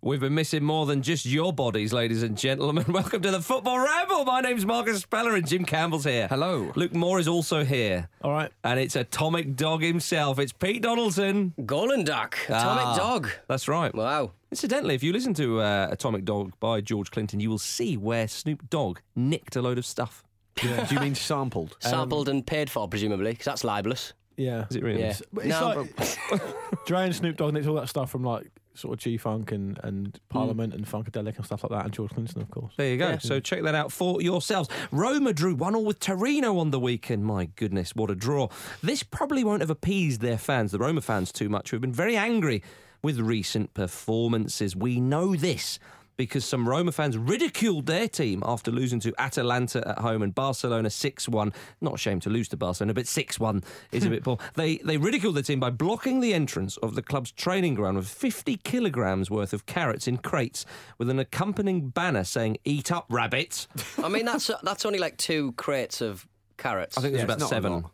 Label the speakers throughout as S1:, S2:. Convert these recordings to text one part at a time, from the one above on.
S1: We've been missing more than just your bodies, ladies and gentlemen. Welcome to the Football Ramble. My name's Marcus Speller and Jim Campbell's here.
S2: Hello.
S1: Luke Moore is also here.
S2: All right.
S1: And it's Atomic Dog himself. It's Pete Donaldson.
S2: Golden Duck.
S1: Ah,
S2: Atomic Dog.
S1: That's right.
S2: Wow.
S1: Incidentally, if you listen to uh, Atomic Dog by George Clinton, you will see where Snoop Dogg nicked a load of stuff.
S3: Do you mean sampled?
S2: Sampled and paid for, presumably, because that's libelous.
S3: Yeah.
S1: Is it really?
S2: Yeah.
S3: But it's like Dre and Snoop Dogg and it's all that stuff from like sort of G Funk and,
S1: Mm.
S3: and Parliament and Funkadelic and stuff like that, and George Clinton, of course.
S1: There you go. So check that out for yourselves. Roma drew one all with Torino on the weekend. My goodness, what a draw. This probably won't have appeased their fans, the Roma fans, too much, who have been very angry with recent performances. We know this because some Roma fans ridiculed their team after losing to Atalanta at home and Barcelona 6-1. Not ashamed to lose to Barcelona, but 6-1 is a bit poor. They they ridiculed their team by blocking the entrance of the club's training ground with 50 kilograms worth of carrots in crates with an accompanying banner saying "Eat up, rabbit."
S4: I mean, that's uh, that's only like two crates of carrots.
S1: I think there's
S3: Yeah, it's
S1: about
S3: not
S1: seven.
S3: long.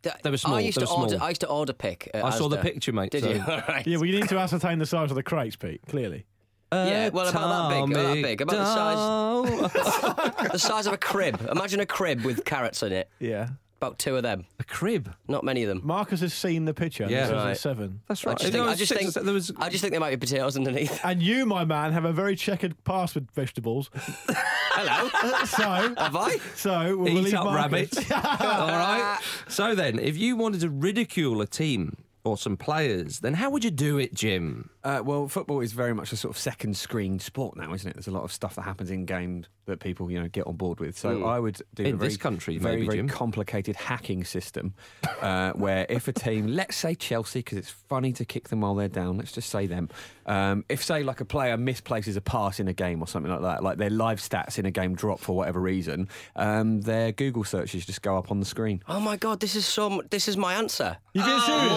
S4: That-
S1: they were small,
S4: I used
S1: they
S4: to
S1: were
S4: order.
S1: small.
S4: I used to order pick. At
S1: I saw the
S4: Asda.
S1: picture, mate.
S4: Did
S1: so-
S4: you? All right.
S3: Yeah, well, you need to ascertain the size of the crates, Pete, clearly.
S4: Yeah, well, about that big, about that big, about the
S1: the size.
S4: the size of a crib. Imagine a crib with carrots in it.
S3: Yeah.
S4: About two of them.
S1: a crib.
S4: Not many of them.
S3: Marcus has seen the picture. and
S1: Yeah.
S3: this is
S1: Right.
S3: a seven.
S1: That's
S4: I
S1: right.
S4: just
S1: There
S4: think. I
S1: was
S4: just
S1: six-
S4: think.
S1: there was.
S4: I just think there might be potatoes underneath.
S3: And you, my man, have a very checkered past with vegetables.
S4: Hello.
S3: So,
S4: Have I?
S3: so we'll
S1: Eat
S3: leave
S1: up,
S3: Marcus.
S1: rabbit. All right. So then, if you wanted to ridicule a team or some players, then how would you do it, Jim?
S5: Uh, well, football is very much a sort of second screen sport now, isn't it? There's a lot of stuff that happens in game that people you know get on board with. So I would do
S1: Hmm. In
S5: a very,
S1: this country,
S5: very
S1: maybe,
S5: very
S1: Jim.
S5: complicated hacking system, uh, where if a team, let's say Chelsea, because it's funny to kick them while they're down. Let's just say them. Um, if say like a player misplaces a pass in a game or something like that, like their live stats in a game drop for whatever reason, um, their Google searches just go up on the screen.
S4: Oh my god, this Oh, is so. mu- This is my answer.
S5: Oh,
S3: You being serious?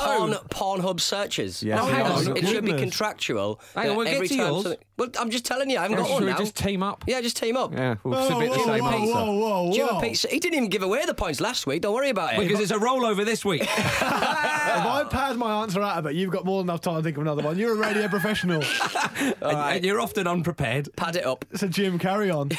S1: Oh,
S4: Porn, Pornhub searches.
S5: Yeah.
S4: No,
S5: Oh,
S4: hang
S5: hang
S4: on.
S5: on.
S4: It should be
S5: goodness.
S4: contractual.
S5: Hang
S4: that
S5: on, we'll get
S4: every
S5: to
S4: time
S5: yours.
S4: something- Well, I'm just telling you, I haven't
S5: Yeah,
S4: got
S5: should
S4: one
S5: we
S4: now.
S5: just team up?
S4: Yeah, just team up.
S5: Yeah, we'll Whoa, submit the whoa, same whoa, answer. whoa, whoa,
S4: Do you have a
S5: whoa.
S4: piece- He didn't even give away the points last week. Don't worry about it.
S1: Because it's a rollover this week.
S6: If I pad my answer out of it, you've got more than enough time to think of another one. You're a radio professional.
S1: And- and you're often unprepared.
S4: Pad it up.
S6: It's a Jim carry on.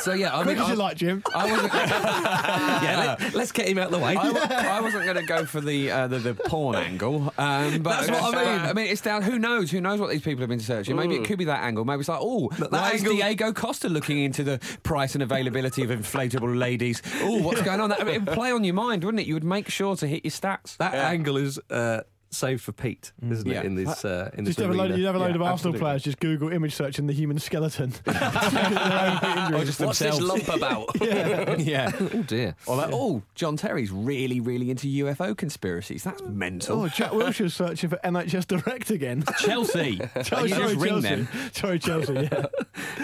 S1: So yeah, I
S6: Quick
S1: mean,
S6: as you
S1: I-
S6: like, Jim.
S5: I wasn't.
S1: yeah, let, us get him out the way.
S5: I, wa- I wasn't going to go for the, uh, the the porn angle, um, but
S1: That's what I
S5: but,
S1: mean.
S5: I mean, it's down. Who knows? Who knows what these people have been searching? Maybe it
S1: Mm.
S5: could be that angle. Maybe it's like, oh,
S1: But that
S5: why is
S1: angle-
S5: Diego Costa looking into the price and availability of inflatable ladies? Oh, what's going on? That I mean, it would play on your mind, wouldn't it? You would make sure to hit your stats.
S1: That angle is uh, saved for Pete, isn't
S5: Yeah.
S1: it? In this, uh, in
S6: Just
S1: this
S6: have a
S1: arena.
S6: load, you have a load
S1: Yeah,
S6: of Arsenal
S1: absolutely.
S6: players just Google image searching the human skeleton.
S5: What's this lump about?
S6: Yeah.
S5: yeah.
S1: Oh dear.
S5: Or like, oh, John Terry's really, really into UFO conspiracies. That's mental.
S6: Oh, Jack Wilshire's searching for NHS Direct again.
S5: Chelsea.
S6: Oh,
S5: You just ring
S6: Chelsea.
S5: them.
S6: Sorry, Chelsea. Yeah.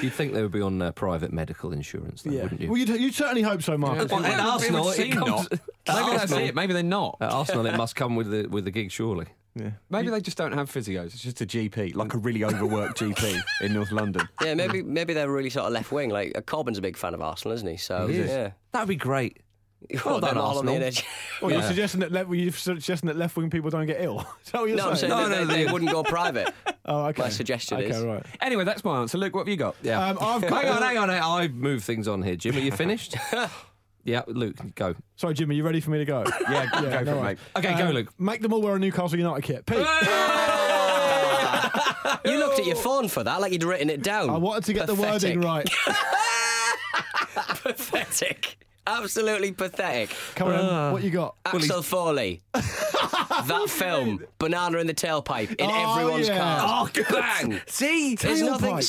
S1: You'd think they would be on uh, private medical insurance, though, wouldn't you?
S6: Well, you'd, you'd certainly hope so, Mark.
S1: Yeah, Well, at it would Arsenal, it seem comes- not. At
S5: Maybe that's
S1: Arsenal-
S5: it. Maybe they're not.
S1: At Arsenal, it must come with the with the gig, surely.
S5: Maybe they just don't have physios. It's just a GP, like a really overworked GP in North London.
S4: Yeah, maybe maybe they're really sort of left wing. Like uh, Corbyn's a big fan of Arsenal, isn't he? So
S1: He is.
S4: yeah,
S1: That'd be great.
S4: Well,
S1: done,
S4: them all on the
S1: Arsenal.
S4: NHS.
S6: Well, you're
S1: Yeah.
S6: suggesting that left, you're suggesting that left wing people don't get ill. Is that what you're
S4: No, I'm
S6: saying?
S4: saying that they, they wouldn't go private.
S6: Oh, okay.
S4: My suggestion
S6: okay,
S4: is.
S6: right.
S5: Anyway, that's my answer. Luke, what have you got?
S1: Yeah.
S6: Um, I've got.
S1: hang on, hang on. I I've moved things on here, Jim. Are you finished? yeah, Luke, go.
S6: Sorry, Jimmy, you ready for me to go?
S5: Yeah, go for it,
S6: worries. Um,
S5: mate.
S1: Okay, go, Luke.
S6: Make them all wear a Newcastle United kit. Pete,
S4: You looked at your phone for that, like you'd written it down.
S6: I wanted to get the
S4: Pathetic.
S6: wording right.
S4: pathetic. Absolutely pathetic.
S6: Come on,
S4: Ah.
S6: Em, what you got?
S4: Axel Foley. that film, Banana in the Tailpipe, in
S6: Oh,
S4: everyone's
S6: yeah.
S4: car.
S1: good.
S4: Bang!
S1: See,
S4: There's nothing.
S6: Tailpipe.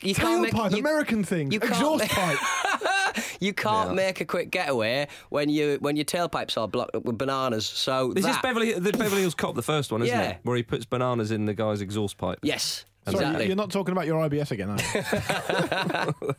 S4: See, you can't make.
S6: Tailpipe,
S4: you-
S6: American thing.
S4: you can't
S6: Exhaust
S4: make-
S6: pipe.
S4: You can't make a quick getaway when you when your tailpipes are blocked up with bananas. So
S1: this
S4: that,
S1: is Beverly the Beverly Hills Cop, the first one, isn't
S4: Yeah.
S1: it? Where he puts bananas in the guy's exhaust pipe.
S4: Yes,
S6: Sorry,
S4: exactly.
S6: you're not talking about your IBS again,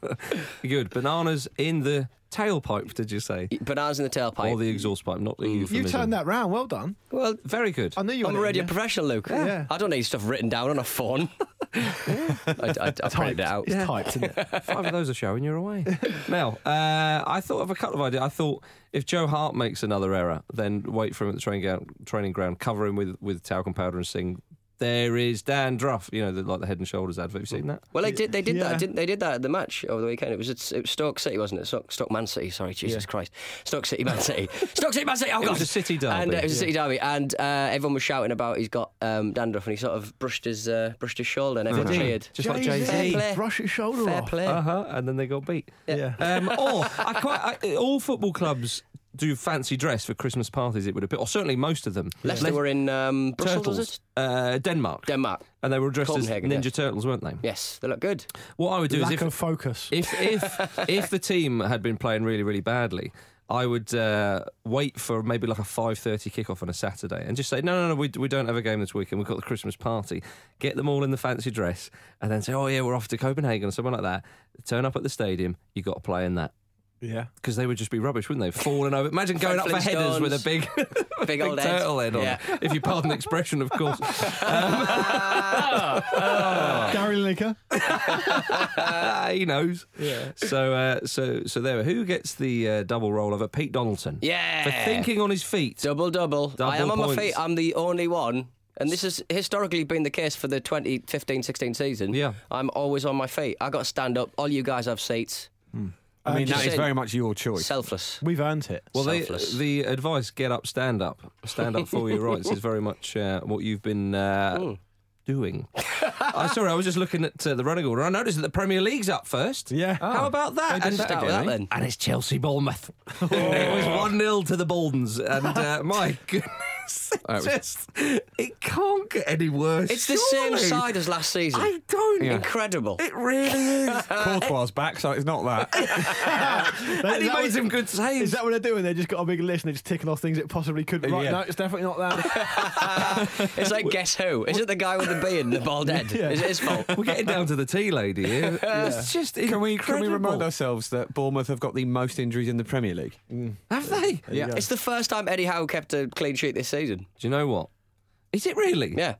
S6: are you?
S1: Good. Bananas in the tailpipe. Did you say?
S4: Bananas in the tailpipe.
S1: Or the Mm. exhaust pipe, not the
S6: you
S1: euphemism.
S6: turned that round. Well done.
S4: well,
S1: Very good.
S6: I knew you.
S4: I'm a
S6: had it in
S4: radio
S6: you.
S4: professional, Luke.
S6: Yeah.
S4: I don't need stuff written down on a phone. I, I, I printed it out.
S6: It's typed, isn't it?
S1: Five of those are showing you're away. now, uh, I thought of a couple of ideas. I thought if Joe Hart makes another error, then wait for him at the training ground, training ground cover him with, with talcum powder and sing, There is Dan Druff, you know, the, like the head and shoulders advert. Have you seen that?
S4: Well, they did. They did
S6: Yeah.
S4: that. Didn't they? Did that at the match over the weekend. It was at, it was Stoke City, wasn't it? Stoke, Stoke Man City. Sorry, Jesus Christ. Stoke City, Man City. Stoke City, Man City. Oh
S1: It
S4: God,
S1: was a city derby.
S4: And uh, it was a
S1: Yeah.
S4: city derby, and uh, everyone was shouting about he's got um, dandruff, and he sort of brushed his uh, brushed his shoulder, and everyone
S1: Did he?
S4: cheered.
S1: Uh-huh. Just like
S6: Jay-Z.
S1: Jay-Z.
S4: Fair play.
S6: Brush his shoulder
S4: Fair
S6: off.
S4: play.
S1: Uh huh. And then they got beat.
S6: Yeah.
S1: Um, or I quite, I, all football clubs do fancy dress for Christmas parties, it would appear, or certainly most of them.
S4: Leicester were in um, Brussels, was
S1: Turtles,
S4: it?
S1: uh, Denmark.
S4: Denmark.
S1: and they were dressed as
S4: Copenhagen,
S1: Ninja
S4: yeah.
S1: Turtles, weren't they?
S4: Yes, they look good.
S1: What I would do
S6: Lack
S1: is if
S6: of focus.
S1: if if if the team had been playing really really badly I would uh, wait for maybe like a 5.30 kickoff on a Saturday and just say, no, no, no, we, we don't have a game this weekend. We've got the Christmas party. Get them all in the fancy dress and then say, oh, yeah, we're off to Copenhagen or something like that. Turn up at the stadium. you got to play in that
S6: yeah.
S1: because they would just be rubbish, wouldn't they? Falling over. Imagine going up for headers with a big,
S4: Big old head.
S1: turtle head on,
S4: Yeah.
S1: if you pardon the expression, of course. Um,
S6: Gary Lineker.
S1: he knows. Yeah. So, uh, so, so there. we are. Who gets the uh, double rollover? Pete Donaldson.
S4: Yeah.
S1: For thinking on his feet.
S4: Double, double.
S1: Double
S4: I am on my
S1: points.
S4: feet. I'm the only one. And this has historically been the case for the 2015 16 season.
S1: Yeah.
S4: I'm always on my feet. I got to stand up. All you guys have seats.
S1: Hmm.
S5: I mean,
S4: just
S5: that is
S4: saying-
S5: very much your choice.
S4: Selfless.
S6: We've earned it.
S1: Well, the,
S4: Selfless.
S1: the advice: get up, stand up, stand up for your rights is very much uh, what you've been
S4: Hmm.
S1: uh, doing. I sorry, I was just looking at uh, the running order. I noticed that the Premier League's up first.
S6: Yeah.
S1: How about that? And,
S4: start with that then.
S1: and it's Chelsea Bournemouth. it was one 0 to the Baldens, and uh, my goodness, it
S5: was-
S1: just it can't get any worse.
S4: It's the same
S1: surely.
S4: side as last season.
S1: I
S5: Oh,
S1: don't.
S4: Incredible.
S1: It really is.
S5: Courtois back, so it's not that.
S1: and he
S6: that
S1: made
S6: was-
S1: some good
S6: Is
S1: saves.
S6: that what they're doing? They just got a big list and they're just ticking off things it possibly could. Right,
S5: Yeah.
S6: no, it's definitely not that.
S4: it's like Guess Who? Is it the guy with the beard and the bald head? Is it his fault?
S1: We're getting down to the tea lady here. It's just
S5: can we can we remind
S1: incredible.
S5: ourselves that Bournemouth have got the most injuries in the Premier League?
S1: Have they?
S5: Yeah.
S4: It's the first time Eddie Howe kept a clean sheet this season.
S1: Do you know what? Is it really?
S4: Yeah.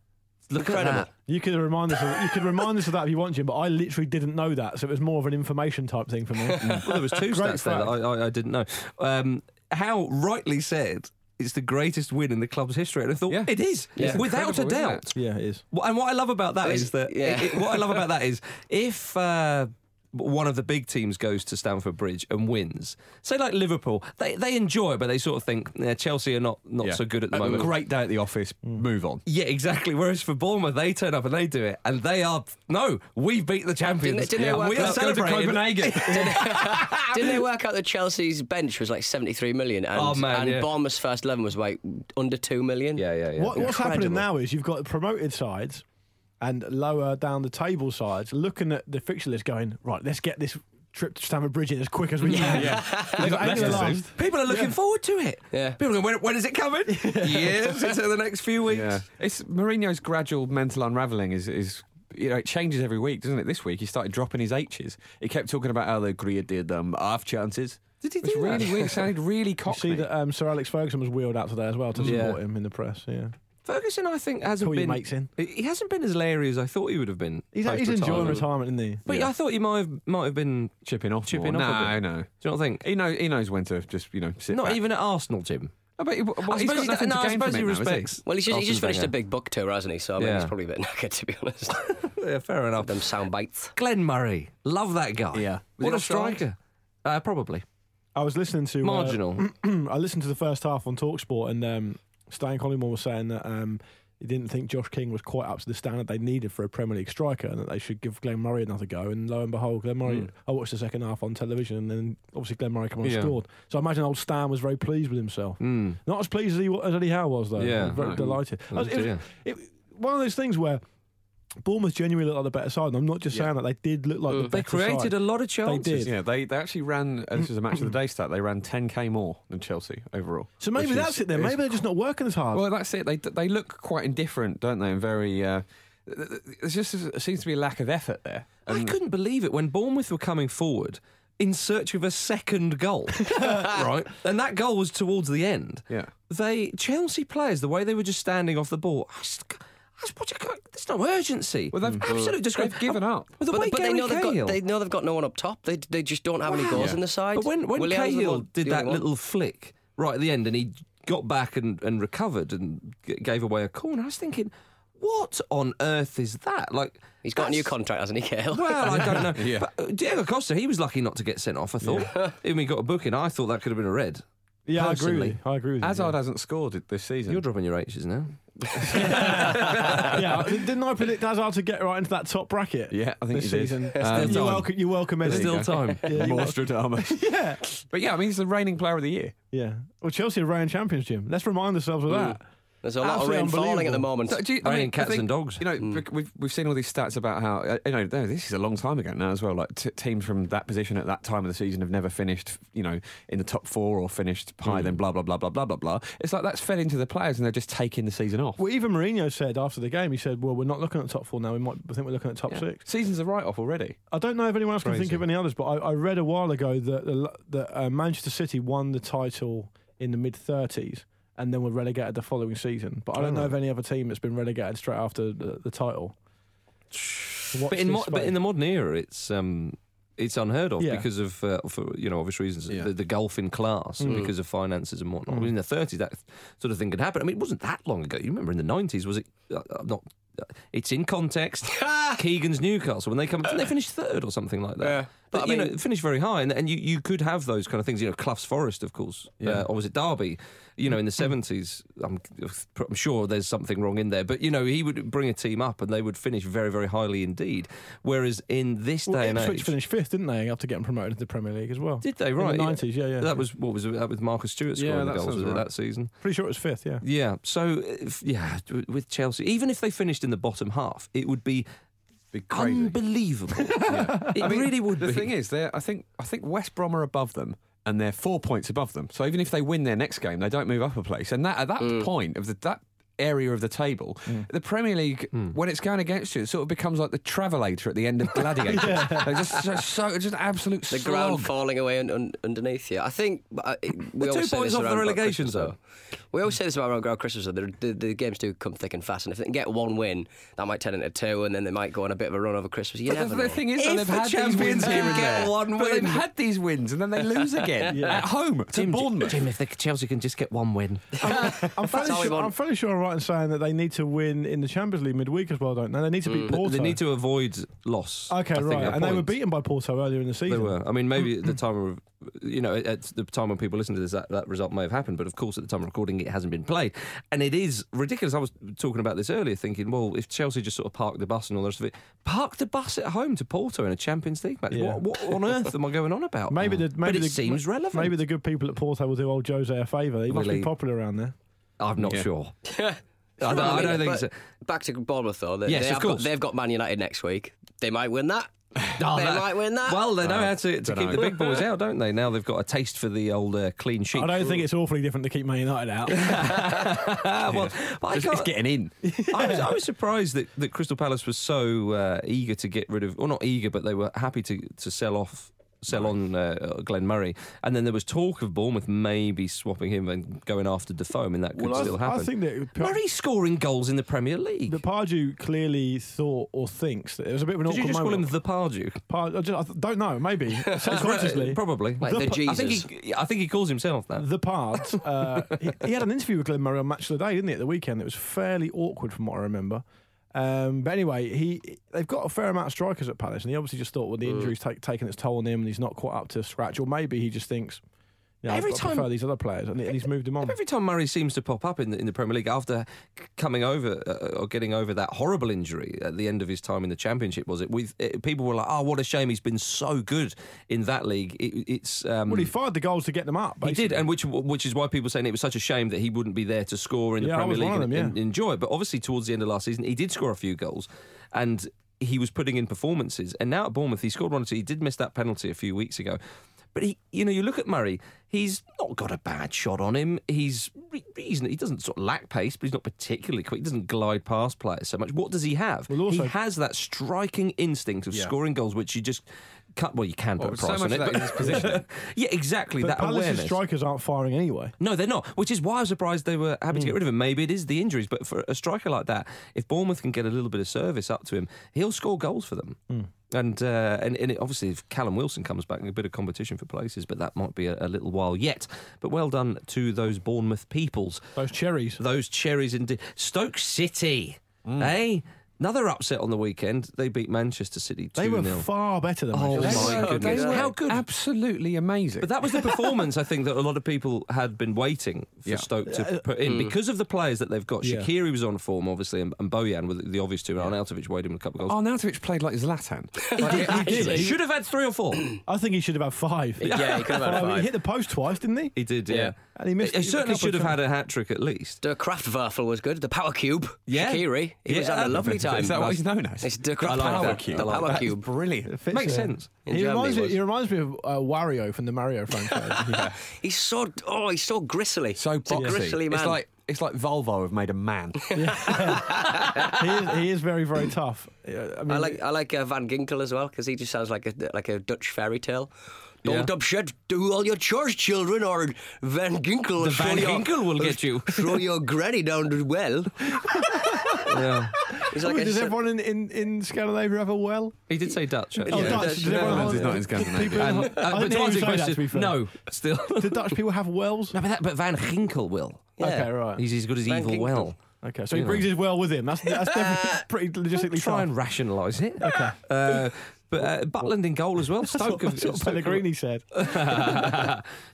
S1: Look at that.
S6: You could remind us. Of, you could remind us of that if you want, Jim. But I literally didn't know that, so it was more of an information type thing for me.
S1: well, there was two
S6: Mm. Great
S1: stats there that
S6: fact.
S1: I, I, I didn't know. Um, Howe rightly said it's the greatest win in the club's history, and I thought it is
S6: It's
S1: without a
S6: incredible, isn't
S1: doubt.
S6: it? Yeah, it is.
S1: Wh- And what I love about that
S6: Well,
S1: is
S6: it's-
S1: that
S6: yeah.
S1: it- it- what I love about that is if uh, one of the big teams goes to Stamford Bridge and wins, say like Liverpool, they they enjoy it, but they sort of think yeah, Chelsea are not not
S5: Yeah.
S1: so good at the
S5: A
S1: moment.
S5: Great day at the office.
S1: Mm.
S5: Move on.
S1: Yeah, exactly. Whereas for Bournemouth, they turn up and they do it, and they are no, we beat the champions.
S4: Didn't- didn't they
S1: Yeah,
S4: work
S1: we are
S4: out- Go to
S1: celebrating.
S4: Copenhagen.
S1: Ah!
S4: Didn't they work out that Chelsea's bench was like 73 million and,
S1: Oh, man,
S4: and
S1: yeah.
S4: Bournemouth's first 11 was like under 2 million? Yeah,
S1: yeah,
S6: What, what's happening now is you've got promoted sides and lower down the table sides looking at the fixture list, going right. Let's get this trip to Stamford Bridge in as quick as we
S1: Yeah.
S6: can.
S1: Yeah.
S6: Because
S1: Got
S6: ain't
S1: less
S6: gonna
S1: to
S6: last.
S1: do. People are looking forward to it.
S4: Yeah.
S1: People are going, when, when is it coming? yes, it's in the next few weeks.
S5: Yeah. It's Mourinho's gradual mental unravelling is, is you know, it changes every week, doesn't it? This week he started dropping his H's. He kept talking about how the Greer did um, half chances. Did he do really
S6: that?
S5: weird. It sounded really cockney.
S6: See that um, Sir Alex Ferguson was wheeled out today as well to
S5: Yeah.
S6: support him in the press. Yeah,
S1: Ferguson, I think, hasn't
S6: Call your
S1: been.
S6: mates in.
S1: He hasn't been as leery as I thought he would have been.
S6: he's, he's enjoying retirement, isn't he?
S1: But I thought he might have might have been
S5: chipping off.
S1: chipping
S5: more.
S1: off.
S5: No,
S1: a bit.
S5: no.
S1: Do you not think
S5: he knows? He knows when to just you know sit.
S1: Not
S5: back.
S1: even at Arsenal, Jim.
S5: I bet he, well,
S1: I
S5: he's
S1: suppose
S5: got
S1: he-
S5: nothing
S1: no,
S5: to
S1: I
S5: gain from
S1: suppose he
S5: it now, has
S1: respects-
S5: he?
S4: Well, he's just, he's just
S1: Arsene
S4: finished a
S1: Wenger.
S4: big book tour, hasn't he? So I mean,
S1: Yeah.
S4: he's probably a bit knackered, to be honest.
S1: Yeah, fair enough.
S4: Them sound bites.
S1: Glenn Murray, love that guy. Yeah, what
S4: Was he
S1: a
S4: offside?
S1: striker. Uh, probably.
S6: I was listening to uh,
S1: Marginal.
S6: I listened to the first half on Talksport, and um, Stan Collymore was saying that um, he didn't think Josh King was quite up to the standard they needed for a Premier League striker, and that they should give Glenn Murray another go. And lo and behold, Glenn Murray.
S5: Mm.
S6: I watched the second half on television, and then obviously Glenn Murray came on
S5: Yeah.
S6: and scored. So I imagine old Stan was very pleased with himself.
S5: Hmm.
S6: Not as pleased as, he, wa- as Eddie Howe was though.
S5: Yeah.
S6: very
S5: No.
S6: delighted.
S5: Oh,
S6: it was-
S5: dear.
S6: it- one of those things where. Bournemouth genuinely looked like the better side, and I'm not just saying that they did look like the better side. They did.
S5: Yeah, they, they actually ran. Uh, this was a match of the day stat. They ran 10k more than Chelsea overall.
S6: So maybe
S5: which
S6: that's
S5: is-
S6: it then.
S5: is
S6: Maybe they're just not working as hard.
S5: Well, that's it. They they look quite indifferent, don't they? And very. Uh, th- th- there just there seems to be a lack of effort there.
S1: I couldn't believe it when Bournemouth were coming forward in search of a second goal, right? And that goal was towards the end.
S5: Yeah.
S1: They Chelsea players the way they were just standing off the ball. I just, I just watch it go, there's no urgency. Well,
S5: they've-
S1: absolutely just
S5: they've given up.
S1: Well, the
S4: but
S1: way
S4: but
S1: Gary
S4: they know they've
S1: Cahill,
S4: got they know they've got no one up top. They they just don't have any goals
S1: Yeah.
S4: in the side.
S1: But when when
S4: Willian's the
S1: Cahill
S4: one-
S1: did
S4: the
S1: that
S4: only one.
S1: little flick right at the end, and he got back and, and recovered and g- gave away a corner, I was thinking, what on earth is that? Like
S4: he's got a new
S1: that's-
S4: contract, hasn't he, Cahill?
S1: Well, I don't know. But uh, Diego Costa, he was lucky not to get sent off. I thought. Even he got a booking. I thought that could have been a red.
S6: Yeah, I agree with
S1: Personally.
S6: you. I agree with you,
S5: Hazard hasn't scored it this season.
S1: You're dropping your H's now.
S6: yeah, didn't I predict Hazard to get right into that top bracket?
S5: Yeah, I think
S6: this
S5: you did. Uh,
S6: season.
S5: There's still
S6: you're
S5: time.
S6: welcome. You're welcome.
S5: There's still
S6: Eddie.
S5: time.
S6: Yeah, you're welcome.
S5: Nostradamus.
S6: yeah,
S5: but yeah, I mean, he's the reigning player of the year.
S6: yeah. Well, Chelsea are reigning champions, Jim. Let's remind ourselves of that.
S4: There's a lot of rain falling at the moment. Hmm.
S5: So do you- I mean, I think, You know, bec- we've we've seen all these stats about how uh, you know no, this is a long time ago now as well. Like t- teams from that position at that time of the season have never finished, you know, in the top four or finished higher
S6: Hmm.
S5: than blah blah blah blah blah blah blah. It's like that's fed into the players and they're just taking the season off.
S6: Well, even Mourinho said after the game, he said, "Well, we're not looking at top four now. We might I think we're looking at top
S5: Yeah.
S6: six.
S5: Season's a write off already.
S6: I don't know if anyone else can think
S5: Crazy.
S6: of any others, but I, I read a while ago that the, that uh, Manchester City won the title in the mid 30s and then were relegated the following season. But I
S5: Oh.
S6: don't know of any other team that's been relegated straight after the, the title. Watch
S1: but in
S6: this
S1: mo- but
S6: space.
S1: in the modern era, it's um, it's unheard of
S6: Yeah.
S1: because of uh, for you know obvious reasons the, the gulf in class and
S5: Mm.
S1: because of finances and whatnot.
S5: Mm.
S1: In the thirties, that sort of thing could happen. I mean, it wasn't that long ago. You remember in the nineties, was it? Uh, I'm not. uh, It's in context. Keegan's Newcastle when they come, didn't they finish third or something like that.
S4: Yeah.
S1: But,
S4: But I
S1: you
S4: mean-
S1: know, finished very high, and, and you, you could have those kind of things. You know, Clough's Forest, of course,
S5: Yeah.
S1: uh, or was it Derby? You know, in the
S6: Mm.
S1: seventies, I'm, I'm sure there's something wrong in there, but you know, he would bring a team up, and they would finish very, very highly indeed. Whereas in this day
S6: well,
S1: and
S6: Ipswich
S1: age,
S6: finished fifth, didn't they, after getting promoted to the Premier League as well?
S1: did they
S6: In
S1: right?
S6: the 90s, yeah, yeah.
S1: That was what was it, that with Marcus Stewart
S6: Yeah,
S1: scoring the
S6: that
S1: goals
S6: sounds
S1: was it,
S6: right.
S1: that season.
S6: Pretty sure it was fifth, yeah.
S1: Yeah. So if, yeah, w- with Chelsea, even if they finished in the bottom half, it would be. Unbelievable! It really would
S5: the
S1: be.
S5: thing is, they're, I think I think West Brom are above them, and
S4: Mm.
S5: they're four points above them. So even if they win their next game, they don't move up a place. And that at that point of the that area of the table. The Premier League, when it's going against you, it sort of becomes like the Travelator at the end of Gladiator.
S4: Yeah.
S5: Like, just, just so just absolute
S4: The
S5: slog.
S4: ground falling away un- un- underneath you. I think but I, we
S5: two
S4: always say
S5: points
S4: this
S5: off the
S4: around about
S5: relegation
S4: Christmas,
S5: zone.
S4: We always say this about around Christmas though. The, the, the games do come thick and fast, and if they can get one win, that might turn into two, and then they might go on a bit of a run over Christmas. You
S5: But
S4: never
S5: the, the
S4: know.
S5: thing is, though,
S4: If
S5: they've
S4: the
S5: had these
S4: champions
S5: wins
S4: can
S5: here and
S4: get
S5: there.
S4: one
S5: But
S4: win.
S5: they've had these wins and then they lose again
S1: Yeah.
S5: at home to
S1: Jim,
S5: Bournemouth.
S1: Jim, if the Chelsea can just get one win.
S6: I'm fairly,
S1: all we
S6: sure,
S1: want.
S6: I'm fairly sure I'm right in saying that they need to win in the Champions League midweek as well, don't they? They need to beat Porto.
S1: They Mm. need to avoid loss.
S6: okay,
S1: I think,
S6: right.
S1: at
S6: And they were
S1: points.
S6: beaten by Porto earlier in the season.
S1: They were. I mean, maybe at the time of, you know, at the time when people listen to this, that, that result may have happened. But of course, at the time of recording, it hasn't been played, and it is ridiculous. I was talking about this earlier, thinking, well, if Chelsea just sort of parked the bus and all the rest of it, park the bus at home to Porto in a Champions League match.
S6: Yeah.
S1: What, what on earth am I going on about?
S6: Maybe the maybe
S1: but it
S6: the,
S1: seems
S6: ma-
S1: relevant.
S6: Maybe the good people at Porto will do old Jose a favour. He must
S1: Really?
S6: be popular around there.
S1: I'm not
S6: Yeah.
S1: sure.
S4: I
S1: I don't- I don't think so.
S4: Back to Bournemouth though. They,
S1: Yes,
S4: they
S1: of
S4: have got-
S1: course.
S4: they've got Man United next week. They might win that. they
S1: Oh, that-
S4: might win that.
S1: Well, they know
S6: Oh,
S4: Uh,
S1: how to, to
S4: dunno.
S1: keep the big boys out, don't they? Now they've got a taste for the old uh, clean sheet.
S6: I don't think it's awfully different to keep Man United out.
S1: Ah, well, but I
S5: It's-
S1: can't-
S5: it's getting in.
S1: I was, I was surprised that, that Crystal Palace was so uh, eager to get rid of, or not eager, but they were happy to, to sell off, sell on uh, Glenn Murray. And then there was talk of Bournemouth maybe swapping him and going after Defoe, and that could
S6: Well, I-
S1: still
S6: I
S1: happen.
S6: think that-
S1: Murray's scoring goals in the Premier League.
S6: But Pardew clearly thought or thinks that it was a bit of an
S1: Did you
S6: awkward
S1: just call
S6: moment.
S1: him the Pardew?
S6: Pard- I, just, I don't know. Maybe subconsciously,
S1: Probably. I think, he, I think he calls himself that.
S6: The Pard. Uh, he, he had an interview with Glenn Murray on Match of the Day, didn't he? At the weekend, it was fairly awkward from what I remember. Um, but anyway, he they've got a fair amount of strikers at Palace, and he obviously just thought, well,
S1: Mm.
S6: the injuries take, taking its toll on him, and he's not quite up to scratch, or maybe he just thinks, yeah,
S1: Every
S6: I
S1: time-
S6: prefer these other players, and, he- and he's moved him on.
S1: Every time Murray seems to pop up in the, in the Premier League after c- coming over uh, or getting over that horrible injury at the end of his time in the Championship, was it? With it, people were like, "Oh, what a shame! He's been so good in that league." It, it's um,
S6: Well, he fired the goals to get them up.
S1: he did,
S6: basically.
S1: and which which is why people saying it was such a shame that he wouldn't be there to score in the
S6: Yeah, I
S1: Premier
S6: was
S1: League
S6: one
S1: and,
S6: of them,
S1: and enjoy it. But obviously, towards the end of last season, he did score a few goals, and he was putting in performances. And now at Bournemouth, he scored one or two. He did miss that penalty a few weeks ago, but he, you know, you look at Murray. He's not got a bad shot on him. He's re- reason he doesn't sort of lack pace, but he's not particularly quick. He doesn't glide past players so much. What does he have? he has that striking instinct of
S5: Yeah.
S1: scoring goals, which you just. Cut, well, you can
S5: Well,
S1: put a
S5: so
S1: price
S5: much
S1: on it.
S5: of that
S1: but-
S5: is his positioning.
S1: yeah, exactly.
S6: But
S1: that
S6: Palace's
S1: awareness.
S6: strikers aren't firing anyway.
S1: No, they're not, which is why I was surprised they were happy to
S6: Hmm.
S1: get rid of him. Maybe it is the injuries, but for a striker like that, if Bournemouth can get a little bit of service up to him, he'll score goals for them.
S6: Hmm.
S1: And, uh, and and it, obviously, if Callum Wilson comes back, a bit of competition for places, but that might be a, a little while yet. But well done to those Bournemouth peoples.
S6: Those cherries. Hmm.
S1: Those cherries indeed. Stoke City, eh? Another upset on the weekend. They beat Manchester City 2
S6: They were
S1: 0.
S6: far better than
S1: Oh,
S6: Manchester.
S1: my
S6: United.
S1: goodness. How good
S5: Absolutely amazing.
S1: but that was the performance I think that a lot of people had been waiting for
S5: Yeah.
S1: Stoke to put in
S5: Mm.
S1: because of the players that they've got.
S5: Yeah.
S1: Shakiri was on form, obviously, and, and Bojan were the, the obvious two, and Arnautovic weighed him a couple of goals.
S5: Oh, Arnautovic played like Zlatan.
S6: Oh,
S1: Actually, should have had three or four.
S6: I think he should have had five.
S1: Yeah, he could have had five.
S6: He hit the post twice, didn't he?
S1: He did, yeah.
S6: And he missed.
S1: He certainly should have had
S6: it.
S1: a hat trick at least.
S4: De Kraftwerfel was good. The Power Cube.
S1: Yeah.
S4: Shaqiri. He was
S1: Yeah.
S4: having a lovely time.
S5: Is that what he's known as?
S4: It's De
S5: I
S4: Kraftwerfel.
S5: like that.
S4: The
S5: I like
S4: Power
S5: that.
S4: Cube.
S5: Brilliant.
S1: Makes sense.
S4: In
S6: he,
S4: Germany it
S6: reminds me,
S4: was.
S6: he reminds me of uh, Wario from the Mario franchise.
S4: He's so oh, he's so gristly.
S5: So
S4: He's a
S5: boxy.
S4: gristly man.
S5: It's like it's like Volvo have made a man.
S6: he, is, he is very, very tough. Yeah, I
S4: I,
S6: mean,
S4: like I like uh, Van Ginkel as well because he just sounds like a like a Dutch fairy tale. Don't
S1: Yeah.
S4: upset do all your chores, children, or Van Ginkel.
S1: The
S4: throw
S1: Van
S4: your-
S1: Ginkel will get you.
S4: Throw your granny down the well.
S1: yeah.
S4: He's like a
S6: does
S4: s-
S6: everyone in, in, in Scandinavia have a well?
S1: He did say Dutch.
S6: Oh,
S1: actually.
S6: Dutch. Does everyone
S5: Netherlands
S6: have-
S5: is not in Scandinavia.
S6: People-
S1: And-
S6: I
S1: uh, but
S6: didn't
S1: to
S6: hear
S1: answer
S6: you
S1: your
S6: say that, to be
S1: question,
S6: fair.
S1: no, still.
S6: Do Dutch people have wells?
S1: No, but, that, but Van Ginkel will.
S6: Okay, right.
S1: He's as good as
S4: Van
S1: evil
S4: Ginkel.
S1: well.
S6: Okay, so he
S1: You
S6: brings his well with him. That's, that's definitely pretty logistically
S1: Try
S6: tough.
S1: and rationalise it. Okay. Uh, but uh, Butland in goal as well. Stoke have
S6: That's what Pellegrini said.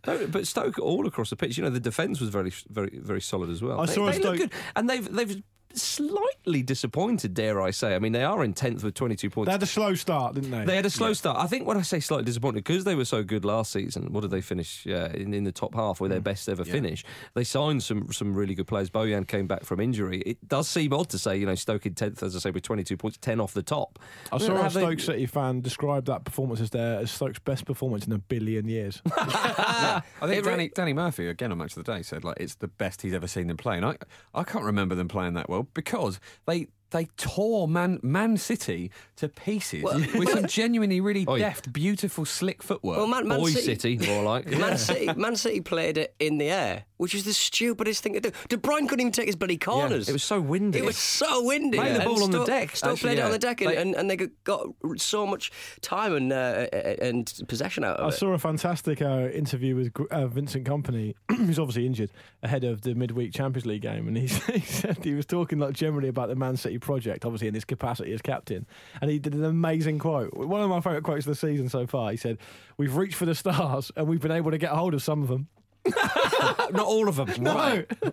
S1: No, but Stoke all across the pitch. You know, the defence was very, very, very solid as well.
S6: I
S1: they,
S6: saw a
S1: they look
S6: Stoke-
S1: good, and they've they've slightly disappointed, dare I say. I mean, they are in 10th with 22 points.
S6: They had a slow start, didn't they?
S1: They had a slow start. I think when I say slightly disappointed, because they were so good last season, what did they finish uh, in, in the top half with their
S5: Mm.
S1: best ever finish? They signed some some really good players. Bojan came back from injury. It does seem odd to say, you know, Stoke in 10th, as I say, with 22 points, 10 off the top.
S3: I
S1: Don't
S3: saw a
S1: have they-
S3: Stoke City fan describe that performance as their as Stoke's best performance in a billion years.
S5: I think Danny, Danny Murphy again on Match of the Day said like it's the best he's ever seen them play, and I I can't remember them playing that well because they. They tore Man Man City to pieces with some genuinely really
S1: Oi.
S5: deft, beautiful, slick footwork.
S4: Well, Man- Man
S1: Boy
S4: City-
S1: City, more like.
S4: Man City, Man City played it in the air, which was the stupidest thing to do. De Bruyne couldn't even take his bloody corners.
S1: It was so windy.
S4: It was so windy.
S1: Playing the
S4: And
S1: ball on the
S4: Stoke-
S1: deck,
S4: Stoke
S1: actually,
S4: played it
S1: yeah.
S4: on the deck, and,
S1: They-
S4: and, and they got so much time and uh, and possession out of
S3: I
S4: it.
S3: saw a fantastic uh, interview with Gr- uh, Vincent Company, who's obviously injured, ahead of the midweek Champions League game, and he, he said he was talking like generally about the Man City project, obviously in his capacity as captain, and he did an amazing quote, one of my favourite quotes of the season so far. He said, "We've reached for the stars, and we've been able to get hold of some of them."
S1: Not all of them. Wow.
S3: No,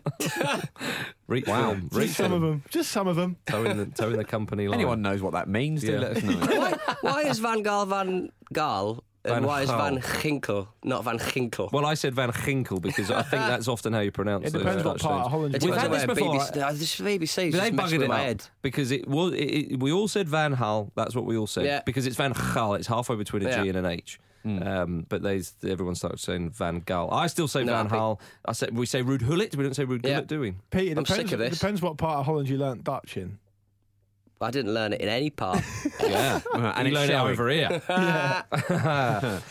S1: Reach
S5: Wow.
S1: for them. Reach
S3: just
S1: for
S3: some of
S1: them.
S3: them, just some of them.
S1: Toe in the, toe in the company line.
S5: Anyone knows what that means? Do
S1: Yeah.
S5: let us know.
S4: why, why is Van Gaal Van Gaal and
S1: Van
S4: why is
S1: Gaal.
S4: Van Ginkel not Van Ginkel?
S1: Well, I said Van Ginkel because I think that's often how you pronounce
S3: It
S1: those
S3: depends what
S1: Dutch
S3: part
S1: names.
S3: of Holland
S4: It
S3: you're
S1: We've
S4: depends
S1: had
S3: from.
S4: on
S1: this
S4: where
S1: before.
S4: BBC, uh, this BBC is
S1: They
S4: just messing
S1: buggered
S4: with
S1: it
S4: my
S1: up
S4: head.
S1: because it was. It, it- we all said Van Hal. That's what we all said.
S4: Yeah.
S1: Because it's Van Gaal. It's halfway between a G
S4: Yeah. Hmm.
S1: and an H. Um, but they, everyone started saying Van Gaal. I still say
S4: No, I
S1: Van
S4: think-
S1: Hal. I say we say Ruud Hullet. We don't say Ruud
S4: Yeah.
S1: Gullit, do we?
S3: Pete, it
S4: I'm
S3: depends,
S4: sick of
S3: it
S4: this.
S3: depends what part of Holland you learnt Dutch in.
S4: I didn't learn it in any part. Uh,
S1: Yeah,
S5: and
S1: and
S5: it's
S1: it's
S5: showing.
S1: over here.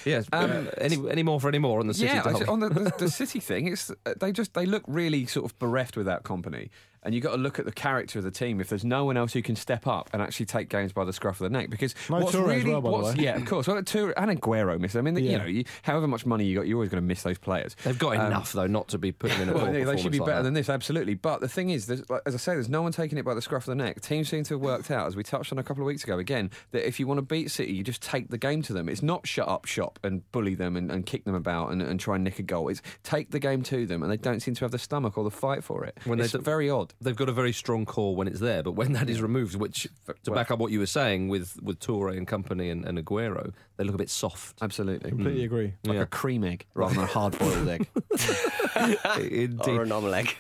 S1: yes. Um, any, any more for any more on the city?
S5: yeah,
S1: derby?
S5: I- on the, the, the city thing, it's uh, they just they look really sort of bereft without company, and you got to look at the character of the team. If there's no one else who can step up and actually take games by the scruff of the neck, because
S3: No
S5: what's
S3: Toure as
S5: really
S3: well, by the
S5: what's,
S3: way.
S5: yeah, of course, well, Toure and Aguero miss. I mean, you
S3: Yeah.
S5: know, you, however much money you got, you're always going to miss those players.
S1: They've got
S5: Um,
S1: enough though not to be putting in a
S5: Well,
S1: poor
S5: they- they should be
S1: performance like
S5: better
S1: that.
S5: than this, absolutely. But the thing is, there's, like, as I say, there's no one taking it by the scruff of the neck. Teams seem to have worked out, as we touched on a couple of weeks ago, again, that if you want to beat City, you just take the game to them. It's not shut up shop and bully them and, and kick them about and, and try and nick a goal. It's take the game to them, and they don't seem to have the stomach or the fight for it.
S1: When they
S5: it's
S1: don't-
S5: very odd.
S1: They've got a very strong core when it's there, but when that is removed, which to
S5: well-
S1: back up what you were saying with with Torre and company and, and Aguero, they look a bit soft. Mm.
S5: Absolutely.
S3: Completely agree.
S5: Like
S1: Yeah.
S5: a cream egg rather than a hard boiled egg.
S4: or
S1: Indeed.
S4: an omelette.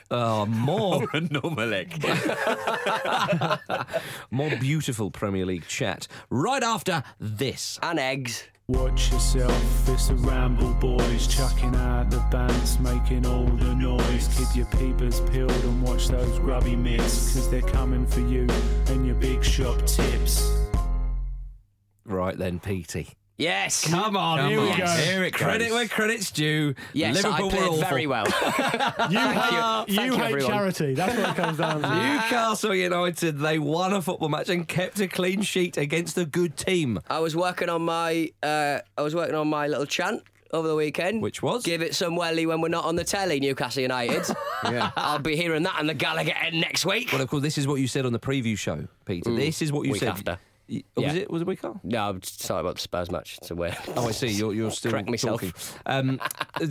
S1: Oh, more
S5: a normal egg.
S1: more beautiful Premier League chat right after this.
S4: And eggs.
S7: Watch yourself, it's the Ramble Boys chucking out the bands, making all the noise. Keep your peepers peeled and watch those grubby mitts, cause they're coming for you and your big shop tips.
S1: Right then, Petey.
S4: Yes.
S1: Come on,
S5: Come
S1: here
S5: on.
S1: we go.
S5: Here it
S1: Credit
S5: goes.
S1: where credit's due.
S4: Yes,
S1: Liverpool
S4: I
S1: were awful.
S4: played very well.
S3: You
S4: Thank
S3: hate,
S4: you. Thank
S3: you
S4: you,
S3: hate
S4: everyone.
S3: charity. That's what it comes down to.
S1: Newcastle United, they won a football match and kept a clean sheet against a good team.
S4: I was working on my uh, I was working on my little chant over the weekend,
S1: Which was?
S4: "Give it some welly when we're not on the telly, Newcastle United."
S5: Yeah.
S4: I'll be hearing that in the Gallagher end next week.
S1: Well, of course, this is what you said on the preview show, Peter. This is what you
S4: Week
S1: said.
S4: after.
S1: Y- oh, Was
S4: Yeah.
S1: it? Was it week after?
S4: no, I'm sorry about the Spurs match. It's a weird.
S1: Oh, I see. You're, you're still
S4: Correct myself.
S1: talking. Um,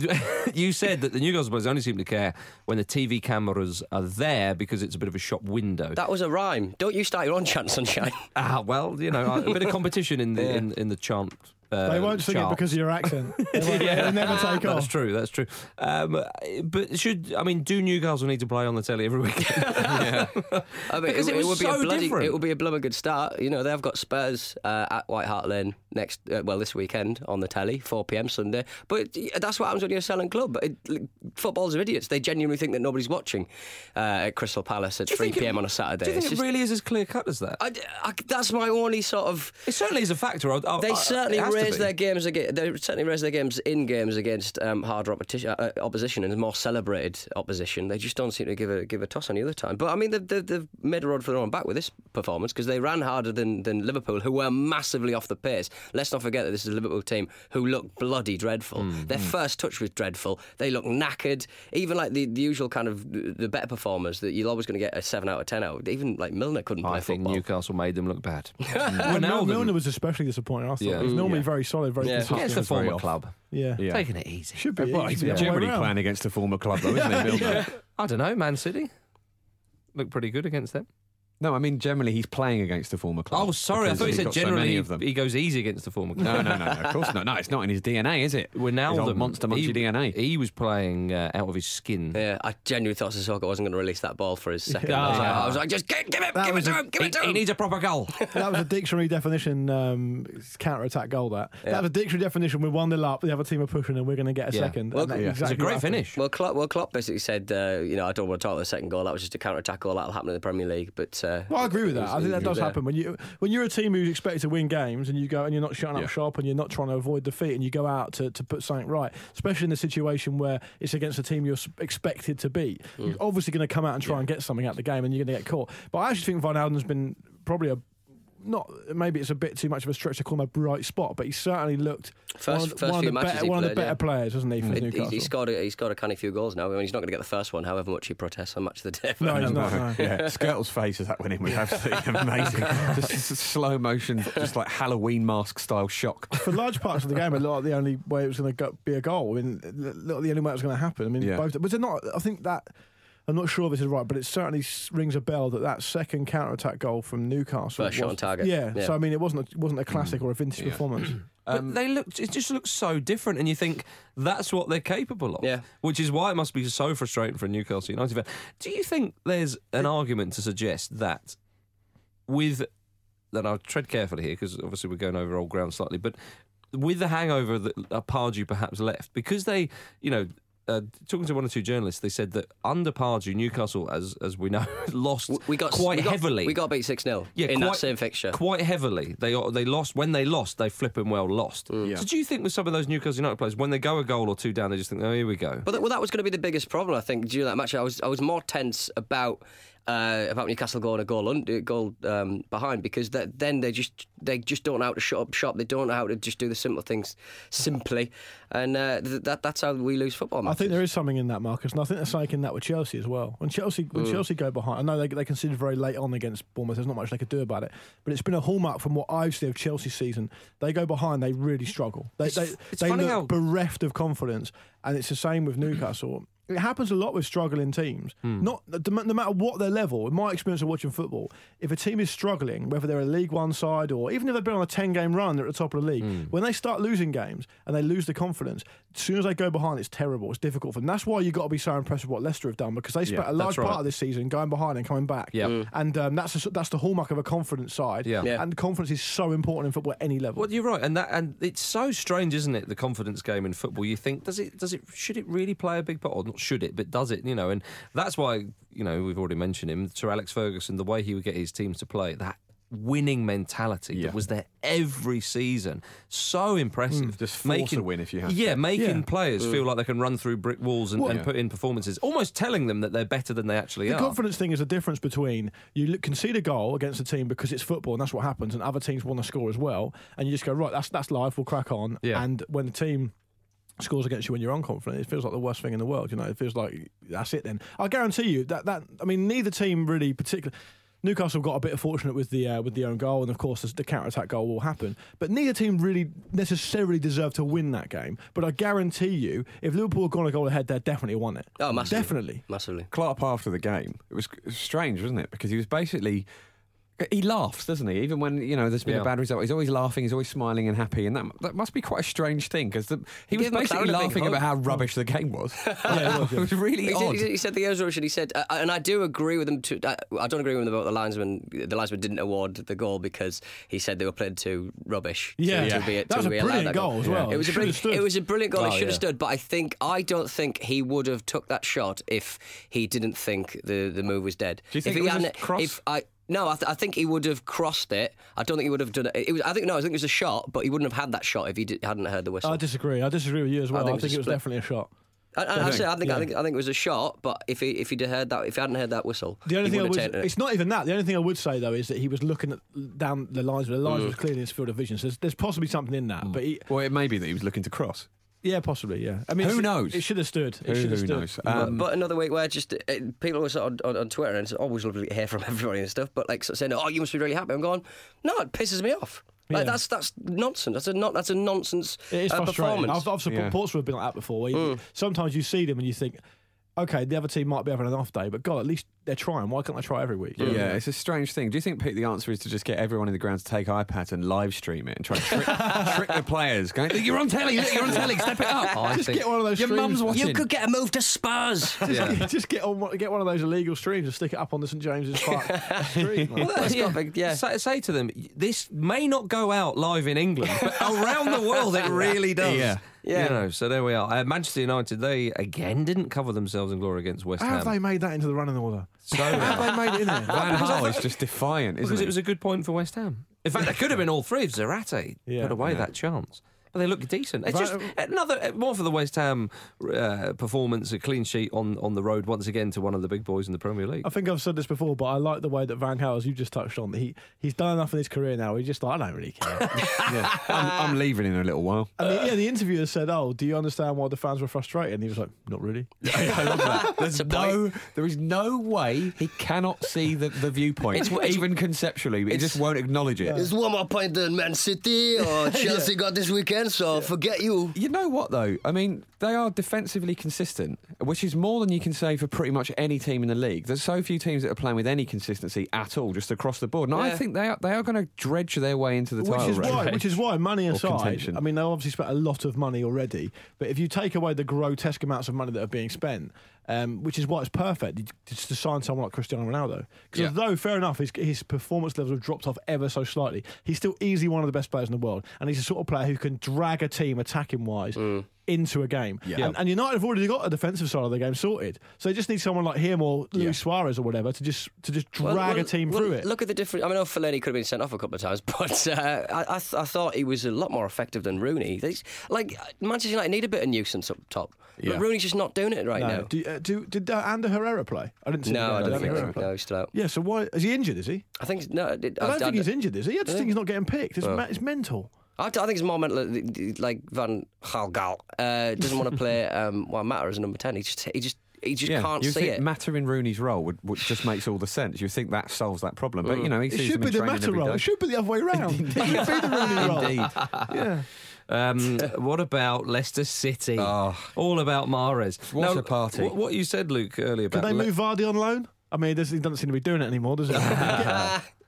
S1: you said that the Newcastle boys only seem to care when the TV cameras are there because it's a bit of a shop window.
S4: That was a rhyme. Don't you start your own chant, sunshine.
S1: ah, well, you know, a bit of competition in the in, in the chant. Uh,
S3: They won't sing it
S1: charts.
S3: because of your accent. They won't- They'll never take
S1: That's
S3: off.
S1: true. That's true. Um, but should I mean, do Newcastle need to play on the telly every weekend?
S4: I mean,
S1: Because it was
S4: would be
S1: so
S4: a bloody,
S1: different.
S4: It would be a blooming good start. You know, they've got Spurs uh, at White Hart Lane next, uh, well, this weekend on the telly, 4 p.m. Sunday. But it- that's what happens when you're a selling club. It, like, footballers are idiots. They genuinely think that nobody's watching uh, at Crystal Palace at
S1: Do you
S4: 3
S1: think it-
S4: p.m. on a Saturday.
S1: Do you think
S4: It's
S1: it
S4: just-
S1: really is as clear cut as that?
S4: I, I- that's my only sort of.
S1: it certainly is a factor. I, I,
S4: They
S1: I- Oh, uh, it
S4: certainly
S1: has to
S4: raise
S1: be.
S4: their games. aga- They certainly raise their games in games against um, harder opposition, uh, opposition and more celebrated opposition. They just don't seem to give a give a toss any other time. But I mean, they've, they've, they've made a road for their own back with this performance because they ran harder than, than Liverpool, who were massively off the pace. Let's not forget that this is a Liverpool team who look bloody dreadful.
S1: Mm,
S4: Their first touch was dreadful. They look knackered. Even like the, the usual kind of the better performers that you're always going to get a seven out of ten out. Even like Milner couldn't play
S1: I think
S4: football.
S1: Newcastle made them look bad.
S3: And Mil-
S1: Ronaldo
S3: Milner was especially disappointing. I thought
S1: Yeah.
S3: he's normally very solid, very
S4: Yeah.
S3: consistent.
S1: against a
S5: was very
S1: former
S5: off.
S1: club,
S3: Yeah.
S5: Yeah.
S1: taking it easy.
S3: Should be.
S5: Well,
S3: it
S5: he's
S3: should be the other way
S5: generally
S3: around.
S5: playing against a former club, though, isn't he? Milner?
S1: I don't know, Man City. looked pretty good against them.
S5: No, I mean generally he's playing against the former club.
S1: Oh, sorry, I
S5: because
S1: thought you
S5: he's
S1: said
S5: got so
S1: generally
S5: many of them.
S1: he goes easy against the former club.
S5: No, no, no, no, of course not. No, it's not in his DNA, is it? His old
S1: Wijnaldum,
S5: monster monkey
S1: he,
S5: DNA.
S1: He was playing uh, out of his skin.
S4: Yeah, I genuinely thought Sissoko wasn't going to release that ball for his second. I, was like,
S1: Ah.
S4: I was like, just give, give it, give it
S6: was
S4: to
S6: a-
S4: him, give it to him.
S1: He needs a proper goal.
S6: that was a dictionary definition um, counter attack goal. That that was a dictionary definition. We're one nil up. The other team are pushing, and we're going to get a second. And that's exactly what happened.
S4: Well, Klopp, well, Klopp basically said, uh, you know, I don't want to talk about the second goal. That was just a counter attack goal. That'll happen in the Premier League. But uh,
S6: Well, I agree with
S4: it
S6: that.
S4: was-
S6: I think
S4: it
S6: that
S4: was
S6: does
S4: there.
S6: happen when you when you're a team who's expected to win games and you go and you're not shutting
S4: Yeah.
S6: up shop and you're not trying to avoid defeat and you go out to, to put something right, especially in the situation where it's against a team you're s- expected to beat.
S4: Mm.
S6: You're obviously going to come out and try and get something out of the game and you're going to get caught. But I actually think Van Alden's been probably a not maybe it's a bit too much of a stretch to call him a bright spot, but he certainly looked
S4: First,
S6: one, of the-
S4: first
S6: one
S4: few
S6: of the
S4: matches
S6: better,
S4: he
S6: one of
S4: played,
S6: the better
S4: yeah.
S6: players, wasn't he, for
S4: He-
S6: Newcastle?
S4: He, he scored a, he scored a canny few goals now. I mean, he's not going to get the first one, however much he protests on Match of the Day.
S6: No, he's not, no.
S5: yeah, Skirtle's face as that went in was absolutely amazing. just, s- s- slow motion, just like Halloween mask style shock.
S6: for large parts of the game, a lot of the only way it was going to be a goal. I mean, a lot of the only way it was going to happen. I mean,
S5: Yeah.
S6: both. But they're not. I think that I'm not sure if this is right, but it certainly s- rings a bell that that second counter attack goal from Newcastle
S4: First shot
S6: was-
S4: on target.
S6: Yeah,
S4: Yeah.
S6: So I mean, it wasn't a, wasn't a classic or a vintage
S1: Yeah.
S6: performance.
S4: Um,
S1: but they looked. It just looks so different, and you think that's what they're capable of. Yeah. Which is why it must be so frustrating for a Newcastle United fan. Do you think there's an argument to suggest that with and I'll tread carefully here because obviously we're going over old ground slightly, but with the hangover that Pardew perhaps left because they, you know. Uh, talking to one or two journalists, they said that under Pardew, Newcastle, as as we know, lost
S4: We got
S1: quite
S4: we got-
S1: heavily.
S4: We got beat six 0 in that same fixture.
S1: Quite heavily. They they lost when they lost. They flipping well lost. So do you think with some of those Newcastle United players, when they go a goal or two down, they just think, oh, here we go.
S4: But that, well, that was going to be the biggest problem, I think, during that match. I was I was more tense about uh, about Newcastle going a goal under, goal um, behind because that, then they just they just don't know how to shut up shop. They don't know how to just do the simple things simply, and uh, th- that that's how we lose football.
S6: I
S4: Matches.
S6: think there is something in that, Marcus, and I think there's something in that with Chelsea as well. When Chelsea when
S4: Mm.
S6: Chelsea go behind, I know they they conceded very late on against Bournemouth. There's not much they could do about it, but it's been a hallmark from what I've seen of Chelsea season. They go behind, they really struggle. They
S1: It's-
S6: they,
S1: it's
S6: they
S1: funny
S6: look
S1: how-
S6: bereft of confidence, and it's the same with Newcastle. It happens a lot with struggling teams.
S1: Hmm.
S6: Not no no matter what their level. In my experience of watching football, if a team is struggling, whether they're a League One side or even if they've been on a ten-game run, they're at the top of the league.
S1: Hmm.
S6: When they start losing games and they lose the confidence, as soon as they go behind, it's terrible. It's difficult for them. That's why you have got to be so impressed with what Leicester have done because they spent
S1: Yeah,
S6: a large
S1: that's right.
S6: part of this season going behind and coming back.
S1: Yeah. Mm.
S6: and um, that's a, that's the hallmark of a confident side.
S1: Yeah. Yeah.
S6: and confidence is so important in football at any level.
S1: Well, you're right, and that and it's so strange, isn't it? The confidence game in football. You think does it does it should it really play a big part, or not should it? But does it? You know, and that's why you know we've already mentioned him, Sir Alex Ferguson, the way he would get his teams to play that. Winning mentality that was there every season, so impressive.
S5: Mm, just force a win if you have to.
S1: Yeah, making
S5: Yeah.
S1: players
S5: Mm.
S1: feel like they can run through brick walls and,
S6: Well-
S1: and
S6: Yeah.
S1: put in performances, almost telling them that they're better than they actually
S6: The
S1: are.
S6: confidence thing is the difference between you look- concede a goal against a team because it's football and that's what happens, and other teams want to score as well, and you just go right, that's that's life, we'll crack on.
S1: Yeah.
S6: And when the team scores against you when you're unconfident, it feels like the worst thing in the world. You know, it feels like that's it. Then I guarantee you that that I mean, neither team really particular. Newcastle got a bit fortunate with the uh, with the own goal, and of course the counter attack goal will happen. But neither team really necessarily deserved to win that game. But I guarantee you, if Liverpool had gone a goal ahead, they'd definitely won it.
S4: Oh, massively.
S6: Definitely.
S4: Massively.
S5: Klopp after the game, it was it was strange, wasn't it? Because he was basically. He laughs, doesn't he? Even when you know there's been
S1: Yeah.
S5: a bad result, he's always laughing, he's always smiling and happy, and that that must be quite a strange thing because he,
S4: He
S5: was
S4: gave McLaren a
S5: basically
S4: big
S5: laughing
S4: hug.
S5: about how rubbish the game was. it was really
S4: he,
S5: odd.
S4: Said, he said the Euros Russian. He said, uh, and I do agree with him. To, I, I don't agree with him about the linesman. The linesman didn't award the goal because he said they were played too rubbish. to-
S6: Yeah.
S4: to,
S6: Yeah.
S4: be, to
S6: That was a
S4: be allowed
S6: brilliant
S4: that
S6: goal as well.
S4: It was a
S6: Should've
S4: brilliant.
S6: stood.
S4: It was a brilliant goal.
S6: Oh,
S4: he should have
S6: yeah.
S4: stood, but I think I don't think he would have took that shot if he didn't think the the move was dead.
S5: Do you think
S4: if
S5: it was
S4: hadn't-
S5: just cross?
S4: If I. No, I, th- I think he would have crossed it. I don't think he would have done it. it was, I think no, I think it was a shot, but he wouldn't have had that shot if he did, hadn't heard the whistle.
S6: I disagree. I disagree with you as
S4: I
S6: well. I
S4: think it's
S6: think,
S4: a
S6: it was
S4: split.
S6: definitely a shot.
S4: I, I, I,
S6: Definitely.
S4: say- I think I
S6: Yeah.
S4: think I think it was a shot, but if he if he'd have heard that if he hadn't heard that whistle,
S6: The
S4: he
S6: only thing I
S4: would
S6: would,
S4: have taken it.
S6: it's not even that. The only thing I would say though is that he was looking at, down the lines, but the lines
S5: Mm.
S6: was clearly in his field of vision. So there's, there's possibly something in
S4: Mm.
S6: that. But he,
S5: well, it may be that he was looking to cross.
S6: yeah, possibly. Yeah. I mean,
S5: Who
S6: it's-
S5: knows?
S6: It should have stood. It
S5: Who-
S6: should have
S5: who
S6: stood.
S5: knows?
S6: Um,
S4: but, but another week where just uh, people were sort of on, on Twitter and it's always lovely to hear from everybody and stuff, but like sort of saying, "Oh, you must be really happy." I'm going, "No, it pisses me off. Like,
S6: Yeah.
S4: that's that's nonsense. That's a not that's a nonsense
S6: It is
S4: uh,
S6: frustrating.
S4: performance." Mm.
S6: I've, I've support, Portsmouth have been like that before. Where you, Sometimes you see them and you think, okay, the other team might be having an off day, but God, at least they're trying. Why can't they try every week?
S5: Yeah, it's a strange thing. Do you think, Pete, the answer is to just get everyone in the ground to take iPads and live stream it and try to trick, trick the players? Going, "Look, you're on telly, look, you're on telly, step it up.
S6: Oh, I Just think- get one of those
S5: Oh, Your
S6: streams.
S5: mum's watching.
S6: You could
S4: get a move to Spurs.
S6: Just, just get on, get one of those illegal streams and stick it up on the St James's Park street.
S1: Well, that's got big- Say, say to them, this may not go out live in England, but around the world it really does.
S5: Yeah.
S1: You know, so there we are. Uh, Manchester United, they again didn't cover themselves in glory against West
S6: How have
S1: Ham.
S6: they made that into the running order? have they made it in there?
S5: Van Hal is just defiant, isn't
S1: because
S5: he?
S1: it was a good point for West Ham. In fact, that could have been all three if Zarate
S5: Yeah.
S1: put away
S5: Yeah.
S1: that chance. But they look decent. It's
S5: Van-
S1: just another more for the West Ham uh, performance, a clean sheet on, on the road once again to one of the big boys in the Premier League.
S6: I think I've said this before, but I like the way that Van Gaal, as you just touched on, he he's done enough in his career now. He's just like, I don't really care.
S5: Yeah. I'm, I'm leaving in a little while.
S6: and the, yeah, the interviewer said, "Oh, do you understand why the fans were frustrated?" And he was like, "Not really."
S5: I love that. There's no, there is no way he cannot see the, the viewpoint,
S4: It's- it's-
S5: even conceptually. But he
S4: it's-
S5: just won't acknowledge it.
S4: There's one more point than Man City or Chelsea got this weekend, so forget you.
S5: You know what though? I mean, they are defensively consistent, which is more than you can say for pretty much any team in the league. There's so few teams that are playing with any consistency at all, just across the board. And I
S6: Yeah.
S5: think they are, they are going to dredge their way into the
S6: Which
S5: title
S6: is
S5: race.
S6: why, which is why, money
S5: Or
S6: aside,
S5: contention.
S6: I mean, they obviously spent a lot of money already. But if you take away the grotesque amounts of money that are being spent, um, which is why it's perfect you- just to sign someone like Cristiano Ronaldo.
S5: Yeah.
S6: Because though, fair enough, his, his performance levels have dropped off ever so slightly. He's still easily one of the best players in the world, and he's the sort of player who can drag a team attacking wise.
S4: Mm.
S6: Into a game,
S5: Yeah.
S6: and, and United have already got a defensive side of the game sorted, so they just need someone like him or Luis Suarez or whatever to just to just drag a team
S4: well,
S6: through it.
S4: Look at the difference. I mean, I know Fellaini could have been sent off a couple of times, but uh, I, I, th- I thought he was a lot more effective than Rooney. They, like Manchester United need a bit of nuisance up top,
S6: Yeah.
S4: but Rooney's just not doing it right
S6: no.
S4: now.
S6: Do, uh, do, did uh, Ander Herrera play? I didn't see.
S4: No,
S6: the
S4: I
S6: game. Did
S4: don't
S6: Ander
S4: think so.
S6: Herrera play?
S4: No, he's still out. uh,
S6: Yeah, so why is he injured? Is he?
S4: I think no. I, did-
S6: I don't think he's injured, is he? I
S4: don't
S6: just think he's not getting picked. It's,
S4: Well.
S6: ma- it's mental.
S4: I, I think it's more mental, uh, like Van Gaal uh, doesn't want to play um, well, Matter as a number ten. He just he just he just
S5: Yeah,
S4: can't
S5: you
S4: see
S5: think
S4: it.
S5: Matter in Rooney's role would, would just makes all the sense. You think that solves that problem,
S4: Mm.
S5: but you know he
S6: it
S5: sees them
S6: should be
S5: in
S6: the
S5: training
S6: matter
S5: every
S6: roll.
S5: day.
S6: It should be the other way around. it should be the Rooney roll.
S5: Indeed.
S6: Yeah.
S1: Um, what about Leicester City?
S5: Ah.
S1: All about Mares.
S6: What a party.
S1: What, what you said, Luke, earlier
S6: Could
S1: about
S6: they
S1: Le-
S6: move Vardy on loan? I mean, this, he doesn't seem to be doing it anymore, does he?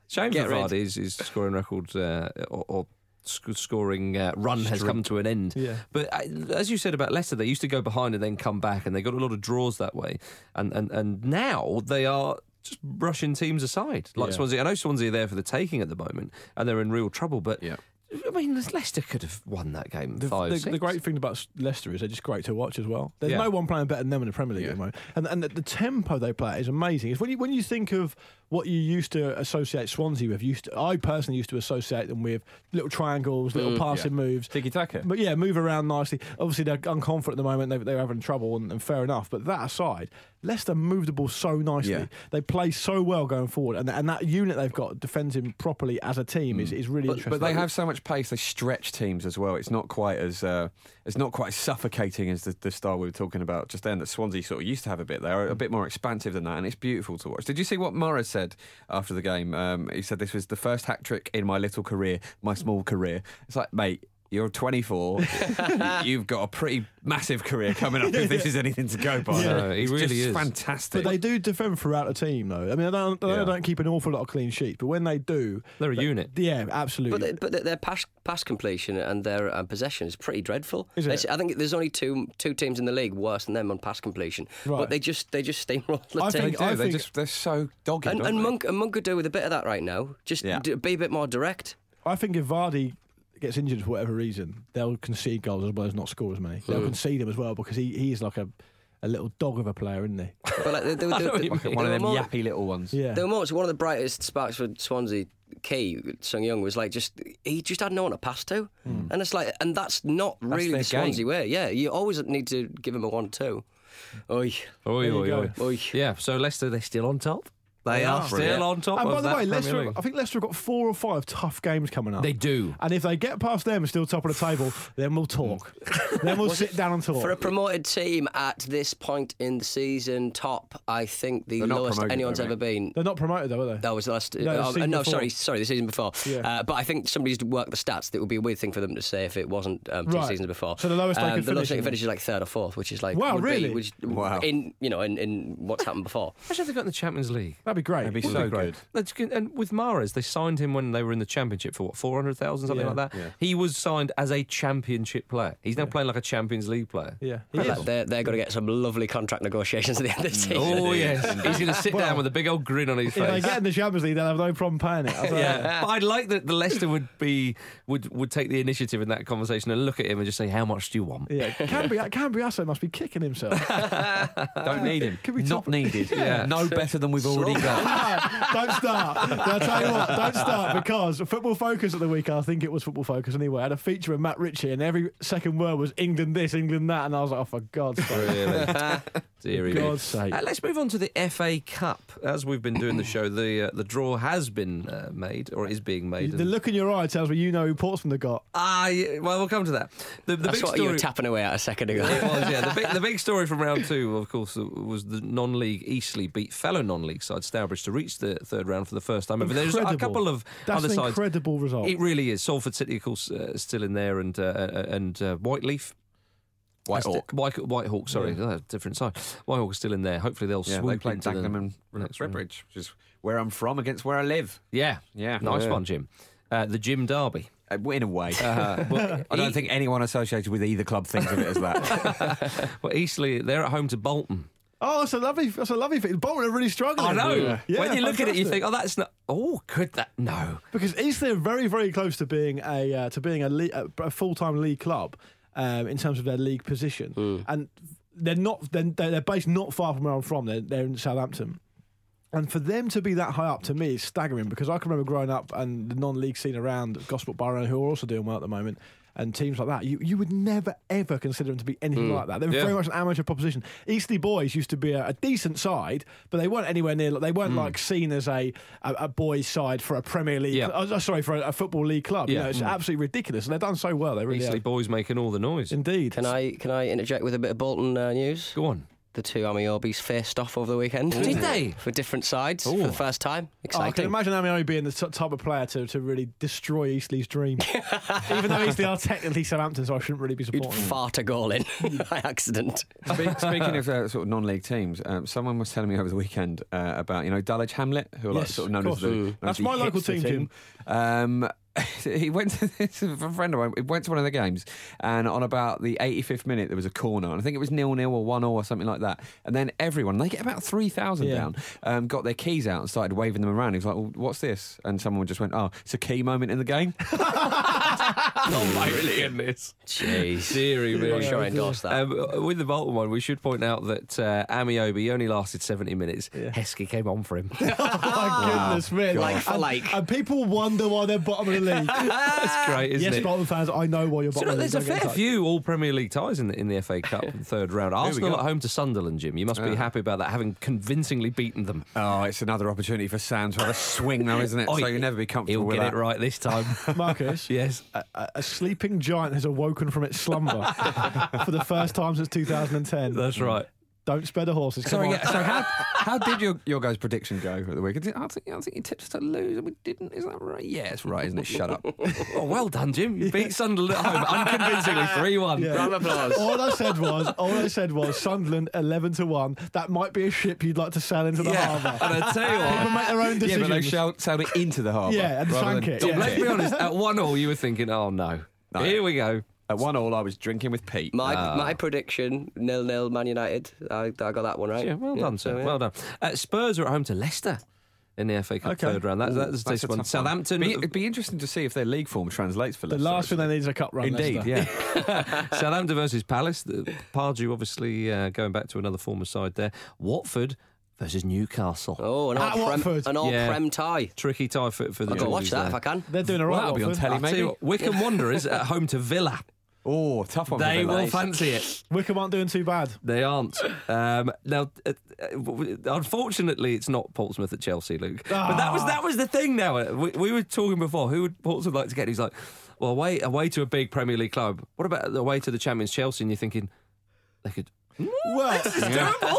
S1: Shame
S6: Get
S1: for
S6: rid.
S1: Vardy. His, his scoring record uh, or, or sc- scoring uh, run has
S6: Streak.
S1: come to an end.
S6: Yeah.
S1: But uh, as you said about Leicester, they used to go behind and then come back, and they got a lot of draws that way. And and, and now they are just brushing teams aside, like
S5: Yeah.
S1: Swansea. I know Swansea are there for the taking at the moment, and they're in real trouble. But I mean, Leicester could have won that game
S6: The,
S1: five
S6: the-
S1: six.
S6: the great thing about Leicester is they're just great to watch as well. There's
S1: Yeah.
S6: no one playing better than them in the Premier League at the moment, and and the, the tempo they play at is amazing. It's when you when you think of what you used to associate Swansea with. Used to, I personally used to associate them with little triangles, little
S5: Mm.
S6: passing
S5: Yeah.
S6: moves,
S5: tiki taka.
S6: But yeah, move around nicely. Obviously, they're unconfident at the moment. They, they're having trouble, and, and fair enough. But that aside, Leicester move the ball so nicely.
S5: Yeah.
S6: They play so well going forward, and, and that unit they've got defending properly as a team is, is
S5: Mm.
S6: really
S5: but,
S6: interesting.
S5: but they have so much pace; they stretch teams as well. It's not quite as uh, it's not quite as suffocating as the, the style we were talking about just then. That Swansea sort of used to have a bit. They're
S6: Mm.
S5: a bit more expansive than that, and it's beautiful to watch. Did you see what Mara said after the game? Um, he said this was the first hat trick in my little career, my small career. It's like, mate. You're 24. You've got a pretty massive career coming up. If this is anything to go by,
S6: Yeah. No, he
S5: It's
S6: really
S5: just
S6: is.
S5: fantastic.
S6: But they do defend throughout the team, though. I mean, they don't, they
S5: Yeah.
S6: don't keep an awful lot of clean sheets, but when they do,
S1: they're a unit.
S6: Yeah, absolutely.
S4: But, they, but their- their pass, pass completion and their um, possession is pretty dreadful.
S6: Is it?
S4: It's- I think there's only two two teams in the league worse than them on pass completion.
S5: Right.
S4: But they just they just steamroll the
S5: I
S4: team.
S5: think- They do. I They think- just- they're so dogged.
S4: And,
S5: aren't
S4: and
S5: they?
S4: Monk and Monk could do with a bit of that right now. Just
S6: Yeah.
S4: d- be a bit more direct.
S6: I think if Vardy gets injured for whatever reason, they'll concede goals as well as not score as many. They'll
S4: Hmm.
S6: concede them as well because he, he is like a, a little dog of a player, isn't he?
S4: But like, they, they,
S6: I
S4: they-
S6: know what
S4: they-
S6: you mean.
S4: they
S6: One of
S4: were
S6: them
S4: more-
S6: yappy
S5: little ones.
S6: Yeah.
S4: There were moments. One of the brightest sparks for Swansea key, Sung Young, was like just he just had no one to pass to,
S6: Hmm.
S4: and it's like, and that's not
S5: That's
S4: really
S5: their
S4: the Swansea
S5: game.
S4: way. Yeah, you always need to give him a one-two. Oi,
S1: Oi, oi, oi.
S4: oi.
S1: Yeah, so Leicester, they're still on top.
S5: They, are, brilliant.
S6: And by the way,
S5: Premier
S6: Leicester,
S5: League.
S6: I think Leicester have got four or five tough games coming up.
S5: They do.
S6: And if they get past them and still top of the table, then we'll talk. then we'll
S4: Was
S6: sit
S4: it-
S6: down and talk.
S4: For a promoted team at this point in the season, top, I think the
S6: They're not
S4: lowest
S6: promoted,
S4: anyone's
S6: though,
S4: ever
S6: mate.
S4: been.
S6: They're not promoted though, are they?
S4: That was last.
S6: No, the
S4: oh,
S6: season
S4: no,
S6: before.
S4: sorry, sorry, the season before.
S6: Yeah.
S4: Uh, but I think somebody's worked the stats. That would be a weird thing for them to say if it wasn't um, two
S6: Right.
S4: seasons before.
S6: So the lowest they
S4: um,
S6: could
S4: the lowest
S6: finish in-
S4: finish is like third or fourth, which is like
S6: Wow,
S4: would be-
S6: really?
S4: which,
S6: Wow.
S4: In you know, in, in what's happened before.
S1: Imagine if they got in the Champions League.
S6: That'd be great.
S5: That'd be so good.
S1: That's good. And with Mares, they signed him when they were in the Championship for what four hundred thousand something
S6: Yeah.
S1: like that.
S6: Yeah.
S1: He was signed as a Championship player. He's now playing like a Champions League player.
S6: Yeah,
S4: they're they're going to get some lovely contract negotiations at the end of the season.
S1: Oh yes, he's going to sit down with a big old grin on his
S6: If they
S1: face.
S6: get in the Champions League, they'll have no problem paying it. I'll tell you.
S1: yeah, but I'd like that the Leicester would be would would take the initiative in that conversation and look at him and just say, "How much do you want?"
S6: Yeah, Cambi- Cambiasso must be kicking himself.
S5: Don't need him.
S6: Could we
S5: Not needed.
S6: Yeah.
S5: No better than we've already got.
S6: don't start. I'll tell you what, don't start because Football Focus at the week, I think it was Football Focus anyway, had a feature with Matt Ritchie and every second word was England this, England that. And I was like, oh, for God's sake.
S1: Deary me.
S6: God's sake.
S1: Uh, let's move on to the FA Cup. As we've been doing the show, the uh, the draw has been uh, made or is being made.
S6: The look in your eye tells me you know who Portsmouth have got.
S1: Ah, yeah, well, we'll come to that. The, the
S4: That's
S1: big
S4: what
S1: story...
S4: you were tapping away at a second ago.
S1: It was, yeah. The big, the big story from round two, of course, was the non-league Eastleigh beat fellow non-league side Stourbridge to reach the third round for the first time. But there's a
S6: Incredible.
S1: couple of
S6: That's
S1: other
S6: an
S1: sides.
S6: incredible result.
S1: It really is. Salford City, of course, uh, still in there, and uh, uh, and uh, Whiteleaf.
S5: White
S1: That's
S5: Hawk.
S1: the- White, White Hawk, sorry, Oh, different side. White Hawk is still in there. Hopefully they'll
S5: Yeah,
S1: swoop
S5: they played
S1: into the
S5: Dagenham and
S1: next round.
S5: Redbridge, which is where I'm from against where I live.
S1: Yeah,
S5: Yeah.
S1: nice
S5: Yeah.
S1: one, Jim. Uh, the Jim Derby.
S5: Uh, In a way.
S1: Uh, well,
S5: I don't
S1: he-
S5: think anyone associated with either club thinks of it as that.
S1: Well, Eastleigh, they're at home to Bolton.
S6: Oh, that's a lovely, that's a lovely thing. Bolton are really struggling.
S1: I know.
S6: Yeah,
S1: when you look at it, you
S6: fantastic.
S1: think, oh, that's not. Oh, could that? No.
S6: because Eastleigh are very, very close to being a uh, to being a, le- a, a full time league club um, in terms of their league position, and they're not they're, they're based not far from where I'm from. They're, they're in Southampton. And for them to be that high up to me is staggering because I can remember growing up and the non-league scene around Gosport Borough, who are also doing well at the moment, and teams like that. You you would never ever consider them to be anything
S1: Mm.
S6: like that. They were
S1: Yeah.
S6: very much an amateur proposition. Eastleigh Boys used to be a, a decent side, but they weren't anywhere near. They
S1: Hmm.
S6: weren't like seen as a, a a boys side for a Premier League.
S1: Yeah.
S6: oh, sorry, for a, a football league club. You
S1: Yeah.
S6: know, it's
S1: Mm.
S6: absolutely ridiculous, and they've done so well. They really
S1: Eastleigh
S6: have.
S1: boys making all the noise.
S6: Indeed.
S4: Can I can I interject with a bit of Bolton uh, news?
S1: Go on.
S4: The two Army Orbies faced off over the weekend.
S1: Did they?
S4: For different sides for the first time.
S6: Oh, I can
S4: Exciting.
S6: imagine Amioni being the t- type of player to, to really destroy Eastleigh's dream. Even though Eastleigh are technically Southampton, so I shouldn't really be
S4: You'd
S6: supporting them.
S4: fart a goal in by accident.
S5: Spe- Speaking of uh, sort of non-league teams, um, someone was telling me over the weekend uh, about you know Dulwich Hamlet, who are like
S6: Yes,
S5: sort of known
S6: of
S5: as the
S6: course. Mm.
S5: known as
S6: That's
S5: the
S6: my local
S5: hipster
S6: team, Jim.
S5: Um, he went to this, a friend of mine. He went to one of the games, and on about the 85th minute, there was a corner, and I think it was nil-nil or one or something like that. And then everyone, they get about three thousand
S6: Yeah.
S5: down, um, got their keys out and started waving them around. He was like, well, "What's this?" And someone just went, "Oh, it's a key moment in the game."
S1: Oh my goodness!
S4: Jeez.
S1: Deary me.
S4: I'm sure I endorse that.
S1: Um, with the Bolton one, we should point out that uh, Amiobi only lasted 70 minutes. Heskey came on for him.
S6: Oh, My goodness, man.
S4: Like for
S6: and,
S4: like.
S6: And people wonder why they're bottom of the league.
S1: That's great, isn't
S6: yes,
S1: it?
S6: Bolton fans, I know why you're
S1: So
S6: bottom of the league.
S1: there's a
S6: Don't get in
S1: fair
S6: touch.
S1: few all Premier League ties in the, in the FA Cup in the third round. Arsenal
S5: go.
S1: at home to Sunderland, Jim. You must
S6: Uh.
S1: be happy about that, having convincingly beaten them.
S5: oh, it's another opportunity for Sam to have a swing, though, isn't it?
S1: Oh,
S5: so you'll never be comfortable
S1: He'll
S5: with
S1: get
S5: that. Uh,
S1: it right this time.
S6: Marcus,
S1: yes.
S6: a, a- a sleeping giant has awoken from its slumber for the first time since 2010.
S1: That's right.
S6: Don't spare the horses. Come
S5: Sorry,
S6: on.
S5: yeah, so how, how did your, your guys' prediction go at the weekend? I think, I think you tipped us to lose and we didn't. Is that right? Yeah, it's right, isn't it? Shut up.
S1: Oh, well done, Jim. You beat Sunderland at home unconvincingly 3 1.
S6: Yeah. All I said was, all I said was, Sunderland eleven to one. That might be a ship you'd like to sail into the
S1: Yeah.
S6: harbour.
S1: And I tell you what.
S6: People make their own
S5: Yeah,
S6: decisions.
S5: but they shall, sailed it into the harbour.
S6: Yeah, and
S5: rather
S6: sank
S5: than
S6: it,
S5: dip
S6: yeah.
S1: Let's be honest, at 1 all, you were thinking, oh no.
S5: No.
S1: Here we go.
S5: At one all, I was drinking with Pete.
S4: My my prediction nil nil Man United. I, I got that one right.
S1: Yeah, well done, sir.
S4: so, yeah.
S1: Well done. Uh, Spurs are at home to Leicester in the FA Cup
S6: Okay.
S1: third round. That, that's a
S5: That's
S1: tasty
S5: a
S1: one.
S5: tough
S1: Southampton.
S5: Be- it'd be interesting to see if their league form translates for
S6: The
S5: Leicester.
S6: last thing they need is a cup run.
S5: Indeed,
S6: Leicester.
S5: yeah.
S1: Southampton versus Palace. The- Pardew, obviously, uh, going back to another former side there. Watford versus Newcastle.
S4: Oh, an
S6: At
S4: all prem,
S6: Watford.
S4: an all
S1: Yeah.
S4: prem tie.
S1: Tricky tie for, for the
S4: I've got to
S1: Geordies
S4: watch that
S1: there.
S4: if I can.
S6: They're doing all
S5: Well,
S6: right.
S5: that'll be on
S6: Watford.
S5: telly,
S1: I'll tell
S5: maybe.
S1: you what, Wickham Wanderers at home to Villa.
S5: Oh, tough one. for
S1: They
S5: them,
S1: will
S5: that is.
S1: fancy it.
S6: Wickham aren't doing too bad.
S1: They aren't. Um, now, uh, uh, unfortunately, it's not Portsmouth at Chelsea, Luke. But that was that was the thing. Now Uh, we, we were talking before. Who would Portsmouth like to get? He's like, well, away away to a big Premier League club. What about away to the Champions Chelsea? And you're thinking they could.
S6: Well,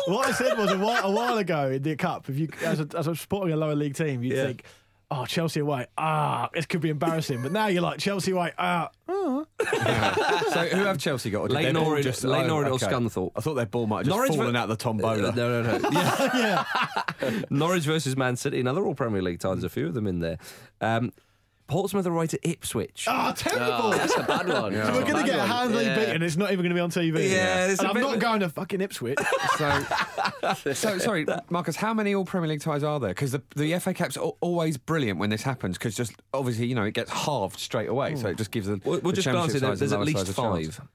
S6: what I said was a while, a while ago in the cup. If you as a, as a supporting a lower league team, you'd
S1: Yeah.
S6: think, "Oh, Chelsea away, ah, this could be embarrassing." But now you're like, "Chelsea away, ah." oh."
S5: So who have Chelsea got? Or did
S1: Lane
S5: their ball
S1: Norwood-
S5: just,
S1: Lane
S5: oh,
S1: Norwood or
S5: okay.
S1: Scunthorpe.
S5: I thought their ball might have just
S1: Norwich
S5: fallen
S1: were-
S5: out the tombola.
S1: Uh, no, no, no. Yeah. Norwich versus Man City, another All Premier League tie. There's a few of them in there. Um, Portsmouth are away to Ipswich.
S6: Ah, terrible!
S4: that's a bad one.
S6: So we're going to get Handley
S4: Yeah.
S6: beaten. It's not even going to be on TV.
S1: Yeah, it's
S6: and
S1: a
S6: I'm
S1: bit-
S6: not going to fucking Ipswich.
S5: So, so sorry, Marcus. How many All Premier League ties are there? Because the, the FA Cup's al- always brilliant when this happens. Because just obviously, you know, it gets halved straight away. So it just gives the
S1: We'll, we'll
S5: the
S1: just glance
S5: championship
S1: at there.
S5: sides and
S1: There's at
S5: lower
S1: least
S5: sides a chance.
S1: five. eh,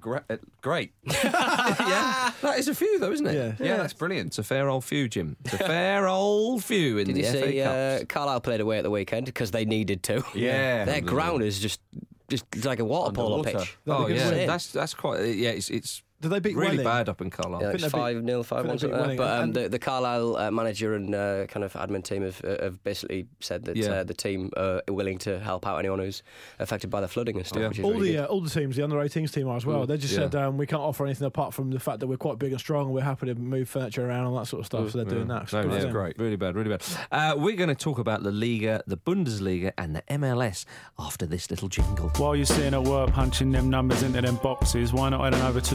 S5: Gra- uh, Great.
S1: yeah, that is a few though, isn't it?
S6: Yeah.
S5: Yeah, that's brilliant.
S1: It's a fair old few, Jim. It's a fair old few in
S4: Did
S1: the
S4: you
S1: FA
S4: see
S1: Cups.
S4: uh, Carlisle played away at the weekend because they needed to?
S5: Yeah.
S4: Their ground is just just like a water polo
S5: Underwater.
S4: pitch.
S1: Oh
S6: They're
S1: yeah,
S6: good.
S1: that's that's quite yeah. It's it's
S6: Did they beat
S1: really
S6: Welling?
S1: bad up in Carlisle.
S4: Yeah,
S6: think
S4: it's
S6: they beat-
S4: five 0 five
S6: think
S4: one.
S6: they beat
S4: But
S6: Welling.
S4: um,
S6: And-
S4: the, the Carlisle uh, manager and uh, kind of admin team have, uh, have basically said that
S1: Yeah.
S4: uh, the team are willing to help out anyone who's affected by the flooding and stuff.
S1: Yeah.
S4: Which is
S6: All
S4: really
S6: the uh, all the teams, the under 18s team are as well. They just
S1: Mm, yeah.
S6: said um, we can't offer anything apart from the fact that we're quite big and strong and we're happy to move furniture around and that sort of stuff. So they're doing that.
S1: Mm, No,
S6: Good
S1: yeah,
S6: for them.
S1: great. Really bad, really bad. Uh, we're going to talk about the Liga, the Bundesliga, and the MLS after this little jingle.
S7: While you're sitting at work punching them numbers into them boxes, why not head on over to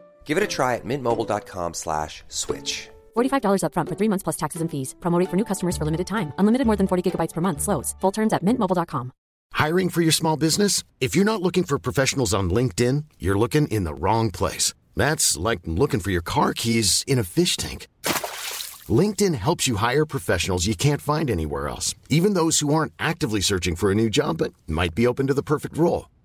S8: Give it a try at mintmobile.com slash switch.
S9: $45 upfront for three months plus taxes and fees. Promo rate for new customers for limited time. Unlimited more than 40 gigabytes per month. Slows. Full terms at mintmobile.com.
S10: Hiring for your small business? If you're not looking for professionals on LinkedIn, you're looking in the wrong place. That's like looking for your car keys in a fish tank. LinkedIn helps you hire professionals you can't find anywhere else, even those who aren't actively searching for a new job but might be open to the perfect role.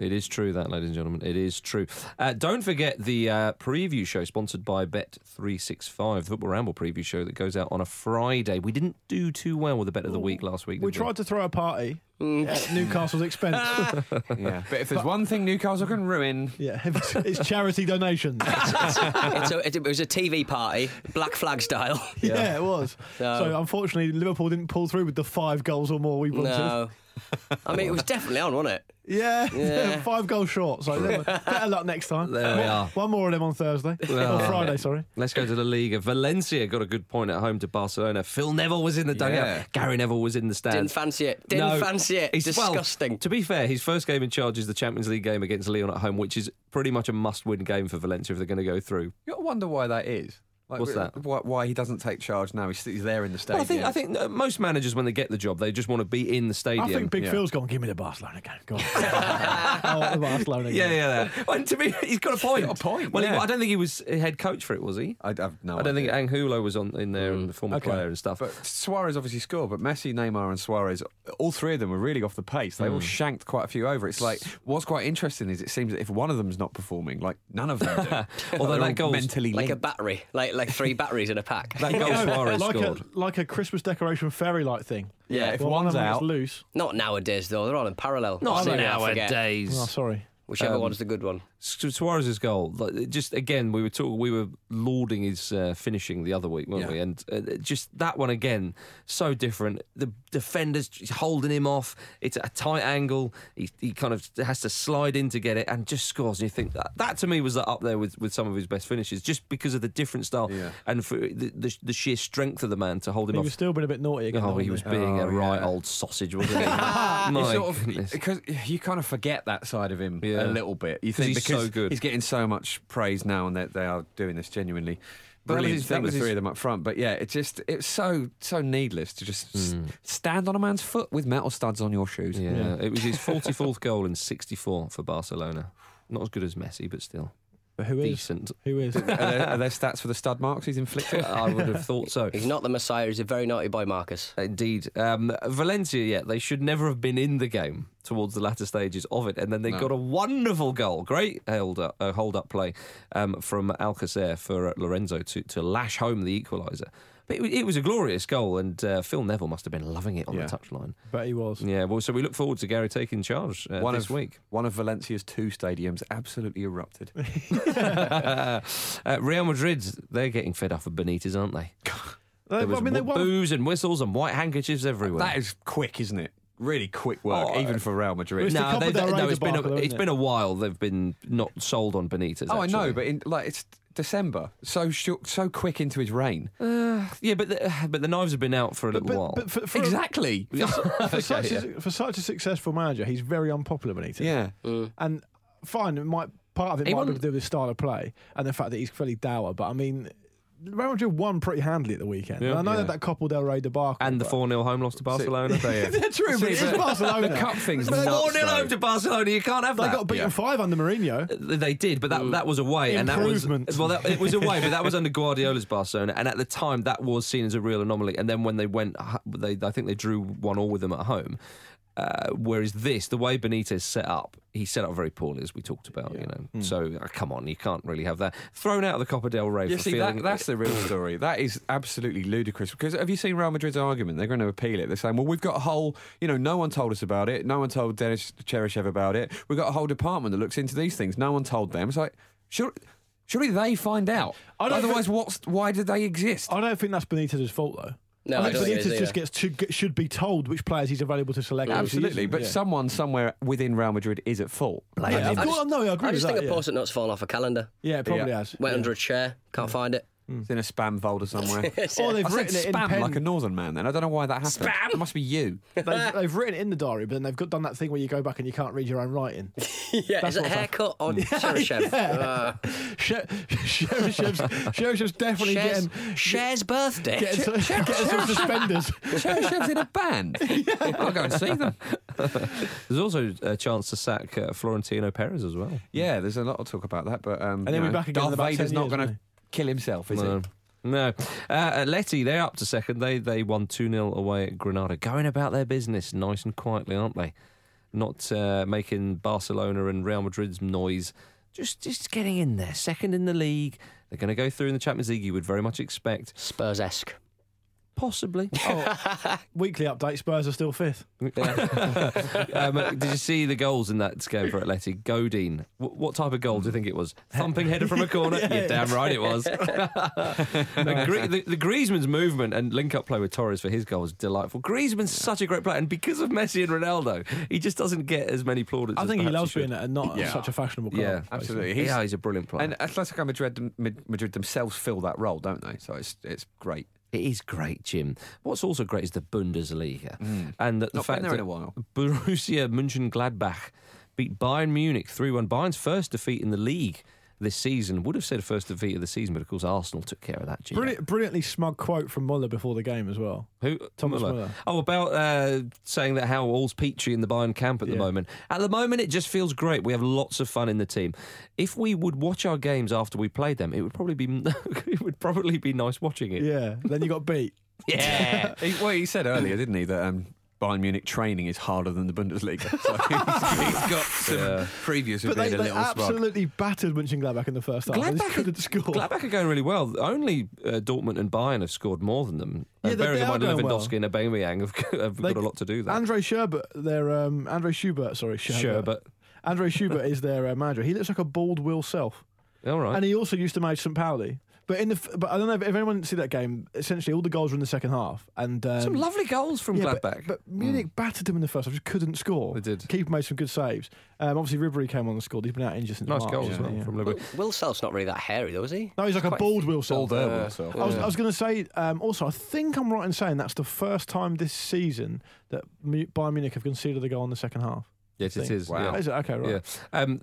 S1: It is true that, ladies and gentlemen. It is true. Uh, don't forget the uh, preview show sponsored by Bet365, the Football Ramble preview show that goes out on a Friday. We didn't do too well with the bet of the week last week.
S6: We
S1: did we?
S6: tried to throw a party at Newcastle's expense.
S5: yeah. But if there's one thing Newcastle can ruin,
S6: yeah, it's, it's charity donations.
S4: it's a, it, it was a TV party, black flag style.
S6: yeah. it was.
S4: No.
S6: So unfortunately, Liverpool didn't pull through with the five goals or more we wanted.
S4: No, I mean it was definitely on, wasn't it?
S6: Yeah,
S4: Yeah.
S6: five goals short. So never- better luck next time.
S1: There we
S6: one,
S1: are.
S6: One more of them on Thursday
S1: Well,
S6: or Friday. Sorry.
S1: Let's go to the Liga. Valencia got a good point at home to Barcelona. Phil Neville was in the dugout.
S5: Yeah.
S1: Gary Neville was in the stands.
S4: Didn't fancy it. Didn't fancy it.
S1: He's- well,
S4: Disgusting.
S1: to be fair, his first game in charge is the Champions League game against Leon at home, which is pretty much a must-win game for Valencia if they're going to go through.
S5: you'll wonder why that is. Like,
S1: What's
S5: wh-
S1: that?
S5: Why, why he doesn't take charge now? He's, he's there in the
S1: Well,
S5: stadium.
S1: I think I think uh, most managers when they get the job, they just want to be in the stadium.
S6: I think Big
S1: Yeah.
S6: Phil's gone. Give me the Barcelona game. Go on. I want the Barcelona
S1: Yeah,
S6: game.
S1: yeah. yeah. And to me, he's got a point.
S5: got a point,
S1: Well, he-
S5: yeah.
S1: I don't think he was head coach for it, was he?
S5: I, have no
S1: I don't
S5: idea. Mm-hmm.
S1: think Angulo was on in there, and the former
S5: Okay.
S1: player and stuff.
S5: But Suarez obviously scored, but Messi, Neymar, and Suarez, all three of them were really off the pace. They
S1: Mm.
S5: all shanked quite a few over. It's like what's quite interesting is it seems that if one of them's not performing, like none of them. do.
S1: Although
S5: They're
S1: that
S5: all
S1: goal's
S5: mentally
S4: Like a
S5: linked.
S4: battery, like like three batteries in a pack.
S1: that goal Suarez
S6: like
S1: scored.
S6: a like a Christmas decoration fairy light thing.
S5: yeah, if
S6: Well, one
S5: one's
S6: of them
S5: out,
S6: is loose.
S4: Not nowadays though. They're all in parallel.
S1: Not Um,
S4: Or now, I forget.
S6: Oh, sorry.
S4: Whichever one's the good one.
S1: Su- Suarez's goal, like, it just again, we were talk- we were lauding his uh, finishing the other week, weren't we? And uh, just that one again, so different. The defenders just holding him off. It's at a tight angle. He, he kind of has to slide in to get it, and just scores. And you think that, that to me was up there with, with some of his best finishes, just because of the different style
S5: Yeah.
S1: and for the, the, the sheer strength of the man to hold him
S6: He
S1: off.
S6: was still been a bit naughty again.
S1: Oh,
S6: wasn't
S1: he was being a
S5: Oh,
S1: right
S5: yeah.
S1: old sausage, wasn't he? My
S5: you Ah, sort of-
S1: goodness.
S5: because you kind of forget that side of him
S1: Yeah.
S5: a little bit. You
S1: 'Cause
S5: think because
S1: he's so good.
S5: he's getting so much praise now, and that they are doing this genuinely. But that was
S1: Brilliant
S5: his-
S1: thing
S5: that was
S1: with
S5: the three
S1: his-
S5: of them up front. But yeah, it's just it's so so needless to just s- stand on a man's foot with metal studs on your shoes.
S1: Hmm. Yeah, it was his 44th goal in 64 for Barcelona. Not as good as Messi, but still
S6: But who is?
S1: decent.
S6: Who is?
S5: are, there, are there stats for the stud marks he's inflicted?
S1: I would have thought so.
S4: He's not the Messiah. He's a very naughty boy, Marcus.
S1: Indeed. Um, Valencia, yeah, they should never have been in the game towards the latter stages of it. And then they got a wonderful goal. Great hold up, uh, hold up play um, from Alcacer for uh, Lorenzo to, to lash home the equaliser. But it, wa- it was a glorious goal, and uh, Phil Neville must have been loving it on
S5: Yeah.
S1: the touchline.
S6: But he was.
S1: Yeah, well, so we look forward to Gary taking charge uh, this
S5: of,
S1: week.
S5: One of Valencia's two stadiums absolutely erupted.
S1: uh, Real Madrid, they're getting fed up of Benitez, aren't they?
S6: They-
S1: There was
S6: I mean, they won.
S1: booze and whistles and white handkerchiefs everywhere.
S5: that is quick, isn't it? Really quick work,
S1: Oh,
S5: even for Real Madrid.
S6: it's the
S1: no,
S6: Copa
S1: they,
S6: del Rey
S1: no, it's been a,
S6: debacle,
S1: it's
S6: isn't it?
S1: been a while. They've been not sold on Benitez.
S5: oh, I know,
S1: actually.
S5: but in, like it's December, so short, so quick into his reign.
S1: yeah, but the, but the knives have been out for a little
S6: But,
S1: while.
S6: but for, for,
S5: exactly.
S6: for, such a, for such a successful manager, he's very unpopular, Benitez.
S5: yeah.
S6: And fine, it might part of it
S1: He
S6: might be to
S1: won-
S6: do with his style of play and the fact that he's fairly dour. But I mean, Real Madrid won pretty handily at the weekend.
S1: Yeah.
S6: and I know
S1: Yeah.
S6: that that Copa del Rey debacle
S1: and the
S6: but-
S1: four 0 home loss to Barcelona.
S6: They're true, but it's Barcelona.
S5: The cup thing's
S6: But
S5: nuts,
S1: Four 0
S5: though.
S1: home to Barcelona. You can't have
S6: They
S1: that.
S6: got beaten five under Mourinho.
S1: They did, but
S5: Mm.
S1: that, that was away, and that was
S6: Improvement.
S1: well, that, it was away, but that was under Guardiola's Barcelona, and at the time that was seen as a real anomaly. And then when they went, h- they I think they drew one all with them at home. Uh, whereas this, the way Benitez set up, he set up very poorly, as we talked about. You know,
S6: Mm.
S1: so uh, come on, you can't really have that thrown out of the Copa del Rey.
S5: You
S1: for
S5: see,
S1: feeling,
S5: that, that's the real story. That is absolutely ludicrous. Because have you seen Real Madrid's argument? They're going to appeal it. They're saying, well, we've got a whole, you know, no one told us about it. No one told Dennis Cheryshev about it. We've got a whole department that looks into these things. No one told them. It's like, sure. Surely they find out.
S6: I don't
S5: Otherwise,
S6: think-
S5: what's why do they exist?
S6: I don't think that's Benitez's fault though.
S4: No, I
S6: I think
S4: don't think it is
S6: Benitez
S4: either.
S6: just gets to, get, should be told which players he's available to select. and which he
S5: Absolutely,
S6: isn't.
S5: but
S6: Yeah.
S5: someone somewhere within Real Madrid is at fault.
S6: Yeah, of course, no, I agree
S4: I just
S6: with
S4: think
S6: that,
S4: a
S6: yeah.
S4: post-it note's fallen off a calendar.
S6: Yeah, it probably
S5: Yeah. Mm.
S6: has.
S4: Went
S6: Yeah.
S4: under a chair. Can't find it.
S5: It's in a spam folder somewhere.
S6: Or Oh, they've
S5: I said
S6: written it in
S5: spam
S6: pen.
S5: like a northern man. Then I don't know why that happened. Spam. It must be you.
S6: they've, they've written it in the diary, but then they've got done that thing where you go back and you can't read your own writing.
S4: yeah, is
S6: That's
S4: it
S6: what's
S4: haircut on Cheryshev? Uh.
S6: yeah. Sher- Cherishev's Cherishev's definitely
S4: Cher's,
S6: getting
S4: Cher's birthday.
S6: getting some, getting some suspenders.
S5: Cherishev's in a band. I'll go and see them.
S1: there's also a chance to sack uh, Florentino Perez as well.
S5: Yeah, there's a lot of talk about that, but um,
S6: And he'll
S5: you
S6: be
S5: know,
S6: back again in
S5: Darth
S6: about
S5: Vader's
S6: 10
S5: not
S6: years,
S5: going
S6: isn't
S5: to kill himself, is
S1: No.
S5: he?
S1: No. Uh, Letty, they're up to second. They they won 2 0 away at Granada. Going about their business nice and quietly, aren't they? Not uh, making Barcelona and Real Madrid's noise. Just just getting in there. Second in the league. They're going to go through in the Champions League, you would very much expect.
S4: Spurs esque.
S1: Possibly.
S6: Oh, Weekly update: Spurs are still fifth.
S1: um, did you see the goals in that game for Atleti? Godin. Wh- what type of goal do you think it was? Thumping header from a corner? You're damn right it was. And Gri- the, the Griezmann's movement and link up play with Torres for his goal was delightful. Griezmann's such a great player, and because of Messi and Ronaldo, he just doesn't get as many plaudits.
S6: I
S1: as
S6: think he
S1: perhaps
S6: loves
S1: should.
S6: being at a not
S5: Yeah.
S6: such a fashionable club.
S1: Yeah,
S5: Absolutely. He's,
S1: Yeah, he's a brilliant player.
S5: and Atletico Madrid, Mad- Madrid themselves fill that role, don't they? So it's it's great.
S1: It is great, Jim. What's also great is the Bundesliga, Mm. and
S5: Mm. Not
S1: that the
S5: been
S1: fact
S5: there
S1: that
S5: in a while.
S1: Borussia Mönchengladbach beat Bayern Munich three-one. Bayern's first defeat in the league. this season. Would have said first defeat of the season, but of course Arsenal took care of that. Gio.
S6: Brilliant, brilliantly smug quote from Muller before the game as well.
S1: Who?
S6: Thomas Muller.
S1: Oh, about uh, saying that how all's peachy in the Bayern camp at the
S6: Yeah.
S1: moment. At the moment, it just feels great. We have lots of fun in the team. If we would watch our games after we played them, it would probably be it would probably be nice watching it.
S6: Yeah. Then you got beat.
S1: Yeah.
S5: he, well, he said earlier, didn't he, that um, Bayern Munich training is harder than the Bundesliga. So he's, he's got some previous of
S6: But they,
S5: being a
S6: they
S5: little smug.
S6: absolutely battered Mönchengladbach in the first half. They just
S1: Gladbach-
S6: couldn't score.
S1: Gladbach are going really well. Only uh, Dortmund and Bayern have scored more than them.
S6: Yeah,
S1: and
S6: they-
S1: bearing
S6: they
S1: in
S6: are
S1: mind
S6: going well.
S1: Lewandowski and Aubameyang have, have
S6: They-
S1: got a lot to do there.
S6: Andre Sherbert, their um, Andre Schubert, sorry, Sherbert.
S1: Sherbert.
S6: Andre Schubert is their uh, manager. He looks like a bald Will Self,
S1: All right.
S6: and he also used to manage St. Pauli. But in the, f- but I don't know if, if anyone see that game. Essentially, all the goals were in the second half, and um,
S1: Some lovely goals from
S6: yeah,
S1: Gladbach. Hmm.
S6: But, but Munich battered them in the first half; just couldn't score. They did. Keeper made some good saves. Um, obviously, Ribery came on and scored. He's been out injured since
S1: Nice
S6: March,
S1: goals as
S6: isn't
S1: well
S6: he? Yeah.
S1: from Liverpool.
S4: Will Self's not really that hairy, though, is he?
S6: No, he's like
S4: Quite-
S6: a bald Will Self.
S4: Balder Will Self.
S6: I was,
S4: Yeah.
S6: I was going to say, um, also, I think I'm right in saying that's the first time this season that Mu- Bayern Munich have conceded a goal in the second half.
S1: Yes, it
S6: Thing.
S1: is. yeah.
S6: Is it? Okay, right.
S1: Yeah. Um,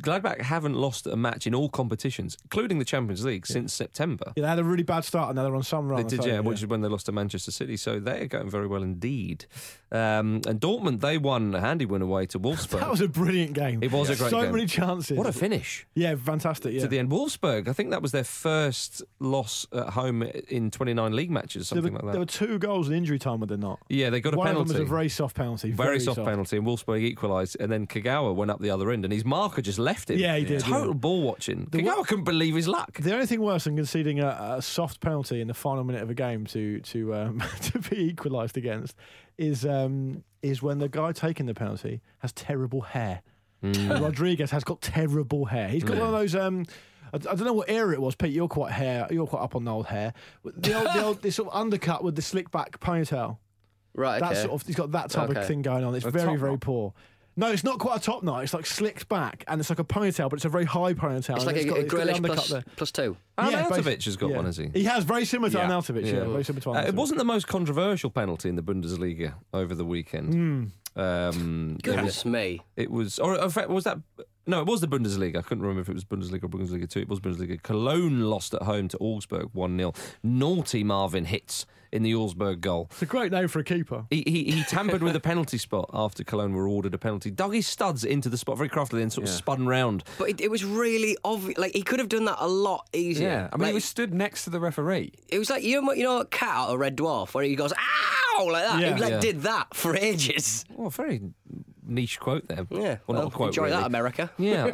S1: Gladbach haven't lost a match in all competitions, including the Champions League, since September.
S6: Yeah, they had a really bad start and now they're on some run.
S1: They
S6: I
S1: did,
S6: think,
S1: yeah, which is when they lost to Manchester City. So they are going very well indeed. Um, and Dortmund, they won a handy win away to Wolfsburg.
S6: That was a brilliant game.
S1: It was a great
S6: so
S1: game.
S6: many chances.
S1: What a finish.
S6: Yeah, fantastic. Yeah.
S1: To the end, Wolfsburg. I think that was their first loss at home in 29 league matches,
S6: there, were,
S1: something like that.
S6: there were two goals in injury time, were there not?
S1: yeah, they got a
S6: One
S1: penalty.
S6: of them was a very soft penalty.
S1: Very, soft, penalty, and Wolfsburg equalised, and then Kagawa went up the other end, and his marker just left him.
S6: Yeah, he did,
S1: Total
S6: yeah.
S1: ball watching. Kagawa couldn't believe his luck.
S6: The only thing worse than conceding a, a soft penalty in the final minute of a game to to um, to be equalised against is um, is when the guy taking the penalty has terrible hair.
S1: Hmm.
S6: And Rodriguez has got terrible hair. He's got one of those. Um, I, I don't know what era it was, Pete. You're quite hair. You're quite up on the old hair. The old, the old this sort of undercut with the slick back ponytail.
S4: Right,
S6: That
S4: okay.
S6: sort of he's got that type
S4: Okay.
S6: of thing going on. It's
S4: A
S6: very
S4: top
S6: very
S4: knot.
S6: poor. No, it's not quite a top knot. It's like slicked back, and it's like a ponytail, but it's a very high ponytail.
S4: It's
S6: and
S4: like a,
S6: got-
S4: a
S6: it's got the
S4: Grealish
S6: undercut
S4: plus,
S6: there.
S4: plus two.
S1: Arnautovic
S6: basi-
S1: has got
S6: yeah.
S1: one, has he?
S6: He has very similar to Arnautovic. Yeah, very similar to
S1: Uh,
S6: Arnautovic.
S1: it wasn't the most controversial penalty in the Bundesliga over the weekend. Um, it
S4: Goodness
S1: was-
S4: me.
S1: It was, or in fact, was that? No, it was the Bundesliga. I couldn't remember if it was Bundesliga or Bundesliga two. It was Bundesliga. Cologne lost at home to Augsburg one 0 Naughty Marvin hits in the Augsburg goal.
S6: It's a great name for a keeper.
S1: He, he, he tampered with the penalty spot after Cologne were ordered a penalty. Dug his studs into the spot very craftily and sort of spun round.
S4: But it, it was really obvious. Like, he could have done that a lot easier.
S5: Yeah, I mean,
S4: Like,
S5: he was stood next to the referee.
S4: it was like, you know, what- you know, what cat out of Red Dwarf, where he goes, ow, like that.
S5: Yeah.
S4: He like,
S5: Yeah.
S4: did that for ages.
S1: Well, very niche quote there.
S4: Yeah.
S1: well,
S4: well,
S1: not a quote.
S4: Enjoy
S1: really.
S4: that, America.
S1: Yeah,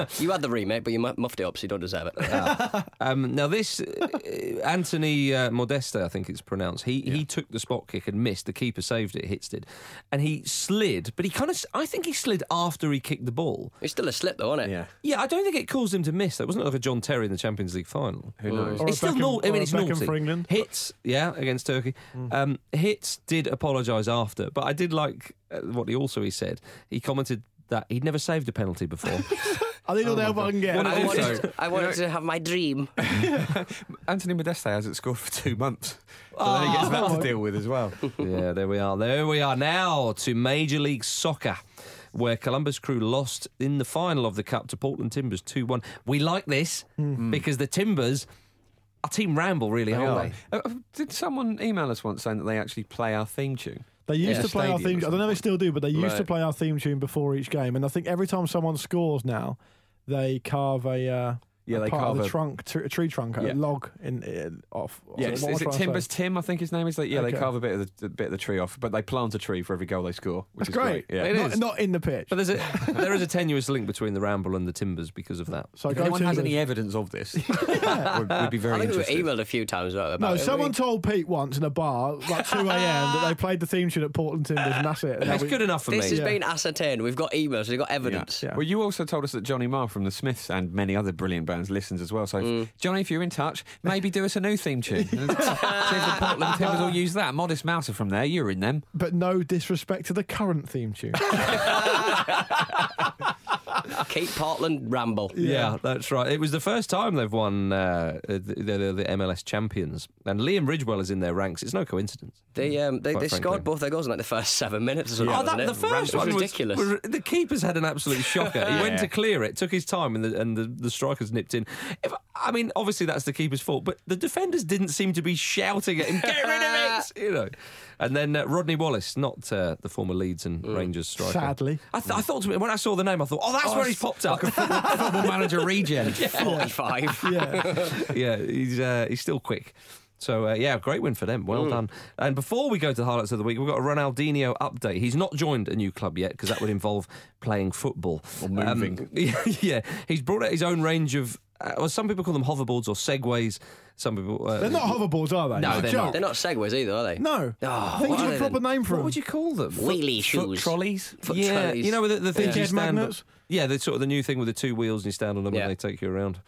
S1: um,
S4: you had the remake, but you mu- muffed it up, so you don't deserve it.
S1: Um, now this uh, Anthony uh, Modeste, I think it's pronounced. He he took the spot kick and missed. The keeper saved it. Hits did, and he slid. But he kind of I think he slid after he kicked the ball.
S4: It's still a slip, though, isn't it? Yeah.
S1: Yeah, I don't think it caused him to miss. That wasn't like a John Terry in the Champions League final. Who
S6: knows? Or a
S1: It's still
S6: Beckham-
S1: naughty. I
S6: or
S1: mean,
S6: a
S1: it's
S6: Beckham
S1: naughty.
S6: for England.
S1: Hits, yeah, against Turkey. Um, Hits did apologise after, but I did like uh, what he also he said. He commented that he'd never saved a penalty before.
S6: I
S1: oh
S6: think all the help I can get.
S1: Well,
S4: I
S1: Also-
S4: wanted, I wanted to have my dream.
S5: Anthony Modeste hasn't scored for two months. So then he gets that
S6: Oh.
S5: to deal with as well.
S1: yeah, there we are. There we are now to Major League Soccer, where Columbus Crew lost in the final of the Cup to Portland Timbers 2 1. We like this
S6: Hmm.
S1: because the Timbers are Team Ramble, really,
S5: Hmm. They
S1: aren't
S5: are. Uh, uh, Did someone email us once saying that they actually play our theme tune?
S6: They used
S5: Yeah.
S6: to play our
S5: Stadium
S6: theme.
S5: or
S6: I don't know if they still do, but they used to
S5: Right.
S6: play our theme tune before each game. And I think every time someone scores now, they carve a. Uh,
S5: Yeah,
S6: a
S5: they
S6: part of
S5: carve
S6: the
S5: a-
S6: trunk, tr- a tree trunk,
S5: Yeah.
S6: a log in, in off.
S5: Yeah,
S6: what
S5: is,
S6: am I
S5: is it
S6: trying to say?
S5: Timbers Tim? I think his name is. Like, yeah,
S6: Okay.
S5: they carve a bit of the a bit of the tree off, but they plant a tree for every goal they score, which
S6: That's
S5: is great.
S6: great.
S5: Yeah,
S1: It
S6: not,
S1: is.
S6: not in the pitch.
S1: But there's a, there is a tenuous link between the Ramble and the Timbers because of that.
S6: So
S5: If
S6: go
S5: anyone has
S6: Timbers.
S5: any evidence of this, we'd, we'd be very
S4: I think
S5: interested.
S4: we were emailed a few times about it.
S6: No, someone told Pete once in a bar, like 2 a.m., that they played the theme tune at Portland Timbers, and that's it. And
S1: That's
S6: we-
S1: good enough for
S4: This
S1: me.
S4: has been ascertained. We've got emails. We've got evidence.
S5: Well, you also told us that Johnny Marr from the Smiths and many other brilliant bands listens as well. So, if-
S1: Hmm.
S5: Johnny, if you're in touch, maybe do us a new theme tune. See if the Portland Timbers will use that. Modest Mouse are from there. You're in them.
S6: But no disrespect to the current theme tune.
S4: Keep Portland ramble.
S1: Yeah. that's right. It was the first time they've won uh, the, the, the MLS champions, and Liam Ridgewell is in their ranks. It's no coincidence.
S4: They um, they,
S1: Mm-hmm. Quite
S4: they
S1: frankly.
S4: scored both their goals in like the first seven minutes. Or something,
S1: oh, that,
S4: wasn't
S1: the
S4: it?
S1: first
S4: Ram-
S1: one
S4: it
S1: was
S4: was ridiculous.
S1: was- the keeper's had an absolute shocker. He went
S4: Yeah.
S1: to clear it, took his time, and the, and the, the strikers nipped in. If, I mean, obviously that's the keeper's fault, but the defenders didn't seem to be shouting at him, "Get rid of it!" You know. And then uh, Rodney Wallace, not uh, the former Leeds and
S4: Mm.
S1: Rangers striker.
S3: Sadly.
S1: I, th- I thought to me- when I saw the name, I thought, "Oh, that's
S5: Oh,
S1: where he's
S5: it's
S1: popped up."
S5: like a football- football manager regen.
S1: Yeah.
S4: 45.
S1: yeah, yeah, he's uh, he's still quick. So uh, yeah, great win for them. Well
S4: Mm.
S1: done. And before we go to the highlights of the week, we've got a Ronaldinho update. He's not joined a new club yet because that would involve playing football or
S5: moving.
S1: yeah, he's brought out his own range of. Uh, well, some people call them hoverboards or segways. Some people uh,
S6: They're not hoverboards, are they?
S1: No,
S6: It's a
S1: they're
S6: joke.
S1: not.
S4: They're not segways either, are they?
S6: No.
S4: Oh,
S6: Think
S4: what
S6: of
S4: are
S6: a
S4: they
S6: proper
S4: then?
S6: name for
S1: What
S6: them.
S1: would you call them?
S4: Wheelie shoes.
S5: trolleys.
S4: Foot
S1: yeah,
S4: trolleys.
S1: you know the, the things you
S6: Yeah. Dead
S1: stand.
S6: magnets?
S1: Yeah, the sort of the new thing with the two wheels and you stand on them
S4: Yeah.
S1: and they take you around.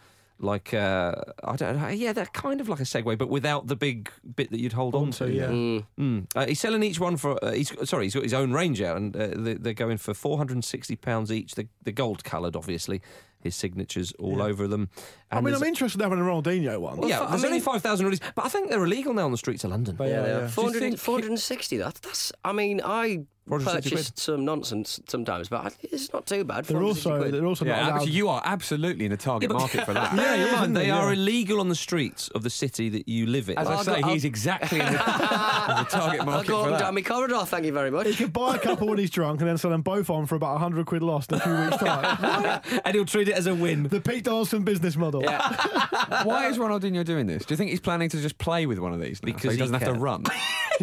S1: Like uh, I don't know, yeah, they're kind of like a Segway, but without the big bit that you'd hold on
S6: Onto,
S1: to.
S6: yeah.
S4: Mm.
S1: Mm. Uh, he's selling each one for. Uh, he's sorry, he's got his own range out, and uh, they- they're going for four hundred and sixty pounds each. The, the gold coloured, obviously, his signatures all
S6: Yeah.
S1: over them.
S6: I
S1: And
S6: mean,
S1: there's-
S6: I'm interested in having a Ronaldinho one.
S1: yeah,
S4: I
S1: there's
S4: mean-
S1: only five thousand releases, but I think they're illegal now on the streets of London.
S6: They
S4: Yeah,
S6: are,
S4: they
S6: yeah.
S4: are. 400
S1: Do you think-
S4: 460, that, that's, I mean, I
S1: 460 quid.
S4: purchased some nonsense sometimes, but I- it's not too bad.
S6: They're
S4: 460
S6: also
S4: quid.
S6: Oh, they're also
S5: Yeah,
S6: not allowed.
S5: actually, you are absolutely in the target
S1: Yeah, but-
S5: market for that.
S1: Bear in
S6: yeah,
S1: mind,
S6: isn't
S1: they
S6: it?
S1: are
S6: Yeah.
S1: illegal on the streets of the city that you live in.
S5: As
S4: I'll
S5: I say,
S4: go-
S5: he's
S4: I'll-
S5: exactly in the, in the target
S4: I'll
S5: market
S4: go up
S5: for
S4: and
S5: that.
S4: down my corridor, thank you very
S6: He
S4: much.
S6: could buy a couple when he's drunk and then sell them both on for about 100 quid lost in a few weeks' time.
S1: and he'll treat it as a win.
S6: the Pete Donaldson business model.
S5: Why is Ronaldinho doing this? Do you think he's planning to just play with one of these? Now, so
S1: Because
S5: he
S1: he
S5: doesn't have to
S1: can.
S5: run.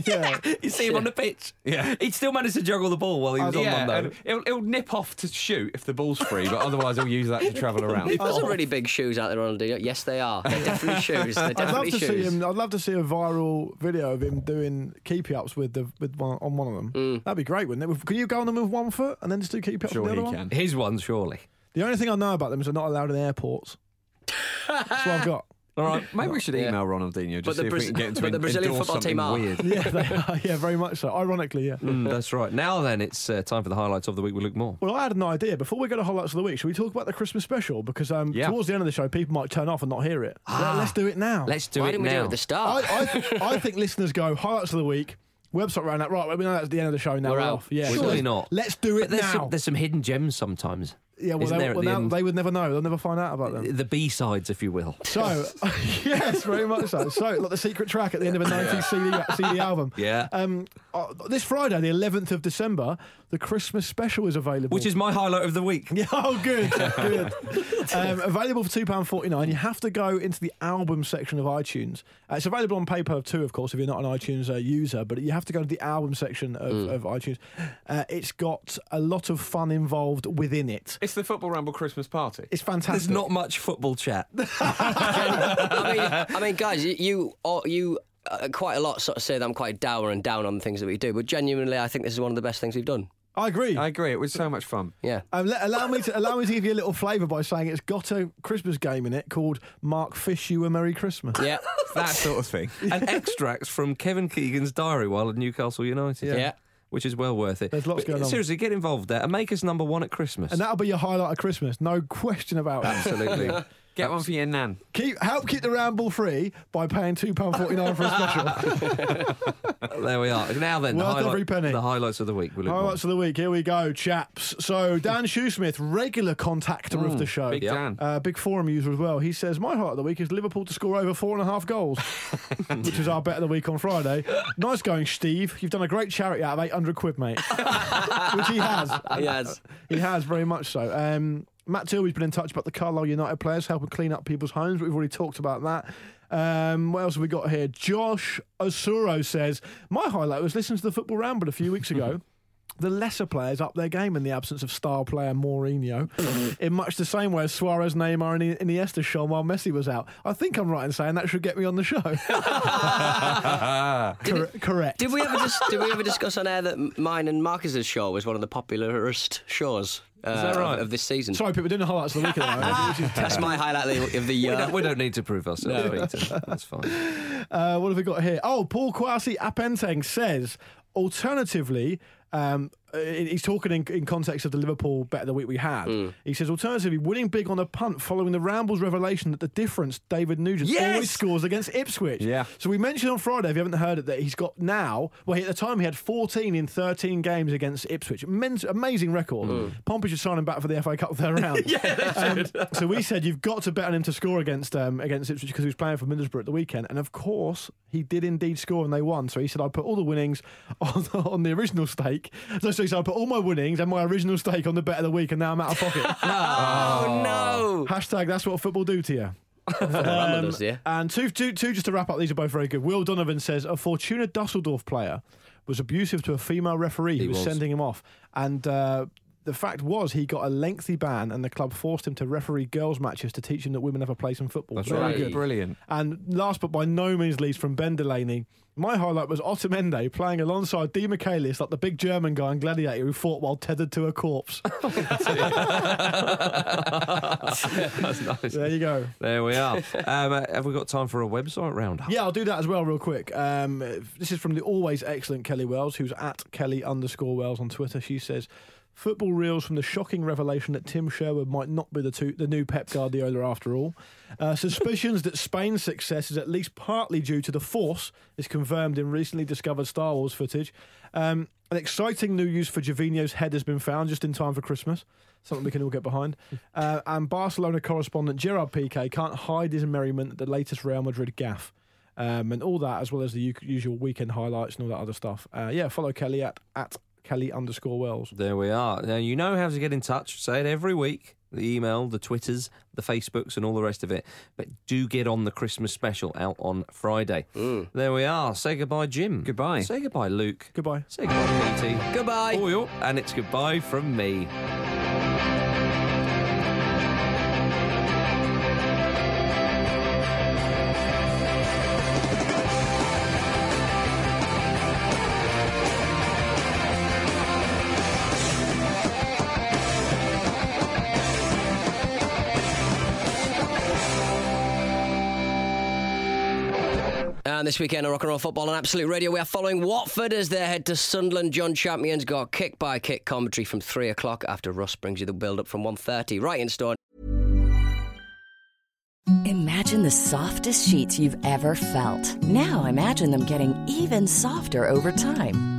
S6: Yeah.
S1: you see him on the pitch.
S5: Yeah.
S1: He still managed to juggle the ball while he was on one, though.
S5: and it'll, it'll nip off to shoot if the ball's free, but otherwise he'll use that to travel around.
S4: Those
S6: Oh.
S4: are really big shoes out there on Ronaldinho. Yes, they are. They're definitely shoes. They're
S6: I'd love
S4: definitely
S6: to see
S4: shoes.
S6: him. I'd love to see a viral video of him doing keepy ups with the with one, on one of them. That'd be great, wouldn't it? With- Can you go on them with one foot and then just do keepy ups
S5: Sure
S6: with the
S5: he
S6: other one?
S5: can.
S1: His one, surely.
S6: The only thing I know about them is they're not allowed in airports. That's what I've got.
S1: All right.
S5: Maybe we should
S4: Yeah.
S5: email Ronaldinho just
S4: But
S5: see
S4: the
S5: if
S4: Braz-
S5: we can get him to
S4: but
S5: en-
S4: the Brazilian
S5: endorse
S4: football
S5: something
S4: team are.
S5: weird.
S6: Yeah, they are. yeah, very much so. Ironically, yeah.
S1: Mm, that's right. Now then, it's uh, time for the highlights of the week with Luke Moore.
S6: Well, I had an idea. Before we go to highlights of the week, should we talk about the Christmas special? Because um,
S5: Yeah.
S6: towards the end of the show, people might turn off and not hear it. Let, us do it now.
S1: Ah. Let's do
S4: Why
S1: it
S4: didn't we do
S1: now.
S4: it at the start?
S6: I, I, I think listeners go highlights of the week. Website ran out. Right, we know that's the end of the show now.
S4: We're
S6: We're,
S4: out.
S6: off. Yeah,
S1: Surely not.
S6: Let's do
S1: but
S6: it
S1: there's
S6: now.
S1: some, there's some hidden gems sometimes.
S6: yeah, well,
S1: isn't
S6: they,
S1: there at
S6: well
S1: the
S6: now,
S1: end?
S6: they would never know. They'll never find out about them.
S1: the B sides, if you will.
S6: So, yes, very much so. So, like the secret track at the end of a 90s CD, CD album.
S1: Yeah.
S6: Um, uh, this Friday, the 11th of December, the Christmas special is available.
S1: Which is my highlight of the week.
S6: Yeah, oh, good, good. Um, available for two pound forty nine. You have to go into the album section of iTunes. Uh, it's available on PayPal too, of course, if you're not an iTunes uh, user. But you have to go to the album section of, of iTunes. Uh, it's got a lot of fun involved within it.
S5: It's the Football Ramble Christmas party.
S6: It's fantastic.
S1: There's not much football chat.
S4: I mean, I mean, guys, you you, are- you uh, quite a lot sort of say that I'm quite dour and down on the things that we do, but genuinely, I think this is one of the best things we've done.
S6: I agree.
S5: I agree. It was so much fun.
S4: Yeah.
S6: Um, let- allow me to allow me to give you a little flavour by saying it's got a Christmas game in it called "Mark Fish You a Merry Christmas."
S4: Yeah.
S5: That sort of thing.
S1: and extracts from Kevin Keegan's diary while at Newcastle United.
S4: Yeah. Yeah.
S1: Which is well worth it.
S6: There's lots going on.
S1: Seriously, get involved there and make us number one at Christmas.
S6: And that'll be your highlight of Christmas, no question about it.
S1: Absolutely.
S5: Get one for your nan.
S6: Keep help keep the ramble free by paying two pound forty nine for a special.
S1: there we are. Now then, the,
S6: Worth
S1: highlight-
S6: every penny.
S1: the highlights of the week. Will it
S6: Highlights of the week. Here we go, chaps. So Dan Shoesmith, regular contactor of the show,
S5: Big Dan.
S6: Uh, big forum user as well. He says my highlight of the week is Liverpool to score over four and a half goals, which is our bet of the week on Friday. Nice going, Steve. You've done a great charity out of eight hundred quid, mate. which he has.
S4: He has.
S6: He has very much so. Um, Matt Tilby's been in touch about the Carlisle United players helping clean up people's homes. We've already talked about that. Um, what else have we got here? Josh Osuro says, My highlight was listening to the Football Ramble a few weeks ago. The lesser players up their game in the absence of star player Mourinho, in much the same way as Suarez, Neymar, and I- Iniesta shone while Messi was out. I think I'm right in saying that should get me on the show. Cor- correct.
S4: Did we ever dis- did we ever discuss on air that m- mine and Marcus's show was one of the popularest shows uh,
S1: that right?
S4: of, of this season? Ah,
S6: Sorry, people doing the highlights of the week. at the moment, which is
S4: That's my highlight of the- of the
S1: We
S4: year.
S1: don't, we don't need to prove ourselves, Peter. That's fine.
S6: Uh, what have we got here? Oh, Paul Kwasi Apenteng says, alternatively, um, uh, he's talking in, in context of the Liverpool better the week we had.
S5: Hmm.
S4: Mm.
S6: He says, alternatively, winning big on a punt following the Rambles revelation that the difference David Nugent
S5: Yes!
S6: always scores against Ipswich.
S5: Yeah.
S6: So we mentioned on Friday, if you haven't heard it, that he's got now, well, he- at the time he had 14 in 13 games against Ipswich. Immense, amazing record.
S5: Hmm.
S6: Pompey should sign him back for the FA Cup of their round. Um, so we said, you've got to bet on him to score against um, against Ipswich because he was playing for Middlesbrough at the weekend. And of course, he did indeed score and they won. So he said, I put all the winnings on the, on the original stake. So, so he said, I put all my winnings and my original stake on the bet of the week and now I'm out of pocket.
S4: Oh, no.
S6: Hashtag that's what football do to you. Um,
S4: Ramble does, yeah.
S6: And two, two, two, just to wrap up, these are both very good. Will Donovan says a Fortuna Dusseldorf player was abusive to a female referee who
S1: He
S6: was,
S1: was.
S6: sending him off. And uh, the fact was, he got a lengthy ban, and the club forced him to referee girls' matches to teach him that women have a place in football.
S5: That's
S6: Very
S5: right.
S6: good.
S5: Brilliant.
S6: And last but by no means least, from Ben Delaney, my highlight was Otamendi playing alongside Di Michaelis, like the big German guy in Gladiator who fought while tethered to a corpse.
S1: That's nice.
S6: there you go.
S1: There we are. Um, uh, have we got time for a website roundup?
S6: Yeah, I'll do that as well, real quick. Um, this is from the always excellent Kelly Wells, who's at Kelly underscore Wells on Twitter. She says, "Football reels from the shocking revelation that Tim Sherwood might not be the two, the new Pep Guardiola after all. Uh, suspicions that Spain's success is at least partly due to the Force is confirmed in recently discovered Star Wars footage. Um, an exciting new use for Jovino's head has been found just in time for Christmas. Something we can all get behind. Uh, and Barcelona correspondent Gerard Piqué can't hide his merriment at the latest Real Madrid gaff um, and all that, as well as the u- usual weekend highlights and all that other stuff. Uh, yeah, follow Kelly at, at Kelly underscore Wells.
S1: There we are. Now, you know how to get in touch. Say it every week the email, the Twitters, the Facebooks, and all the rest of it. But do get on the Christmas special out on Friday.
S4: Mm.
S1: There we are. Ah, Say goodbye, Jim. Goodbye. Say goodbye, Luke.
S6: Goodbye.
S1: Say goodbye, PT. Goodbye. Oil. And it's goodbye from me.
S4: And this weekend on Rock and Roll Football on Absolute Radio, we are following Watford as they head to Sunderland. John Champions got kick by kick commentary from three o'clock after Russ brings you the build up from 1.30. Right in store.
S11: Imagine the softest sheets you've ever felt. Now imagine them getting even softer over time.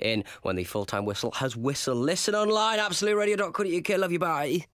S4: in when the full time whistle has whistle. Listen online, absoluteradio.co.uk. Love you, bye.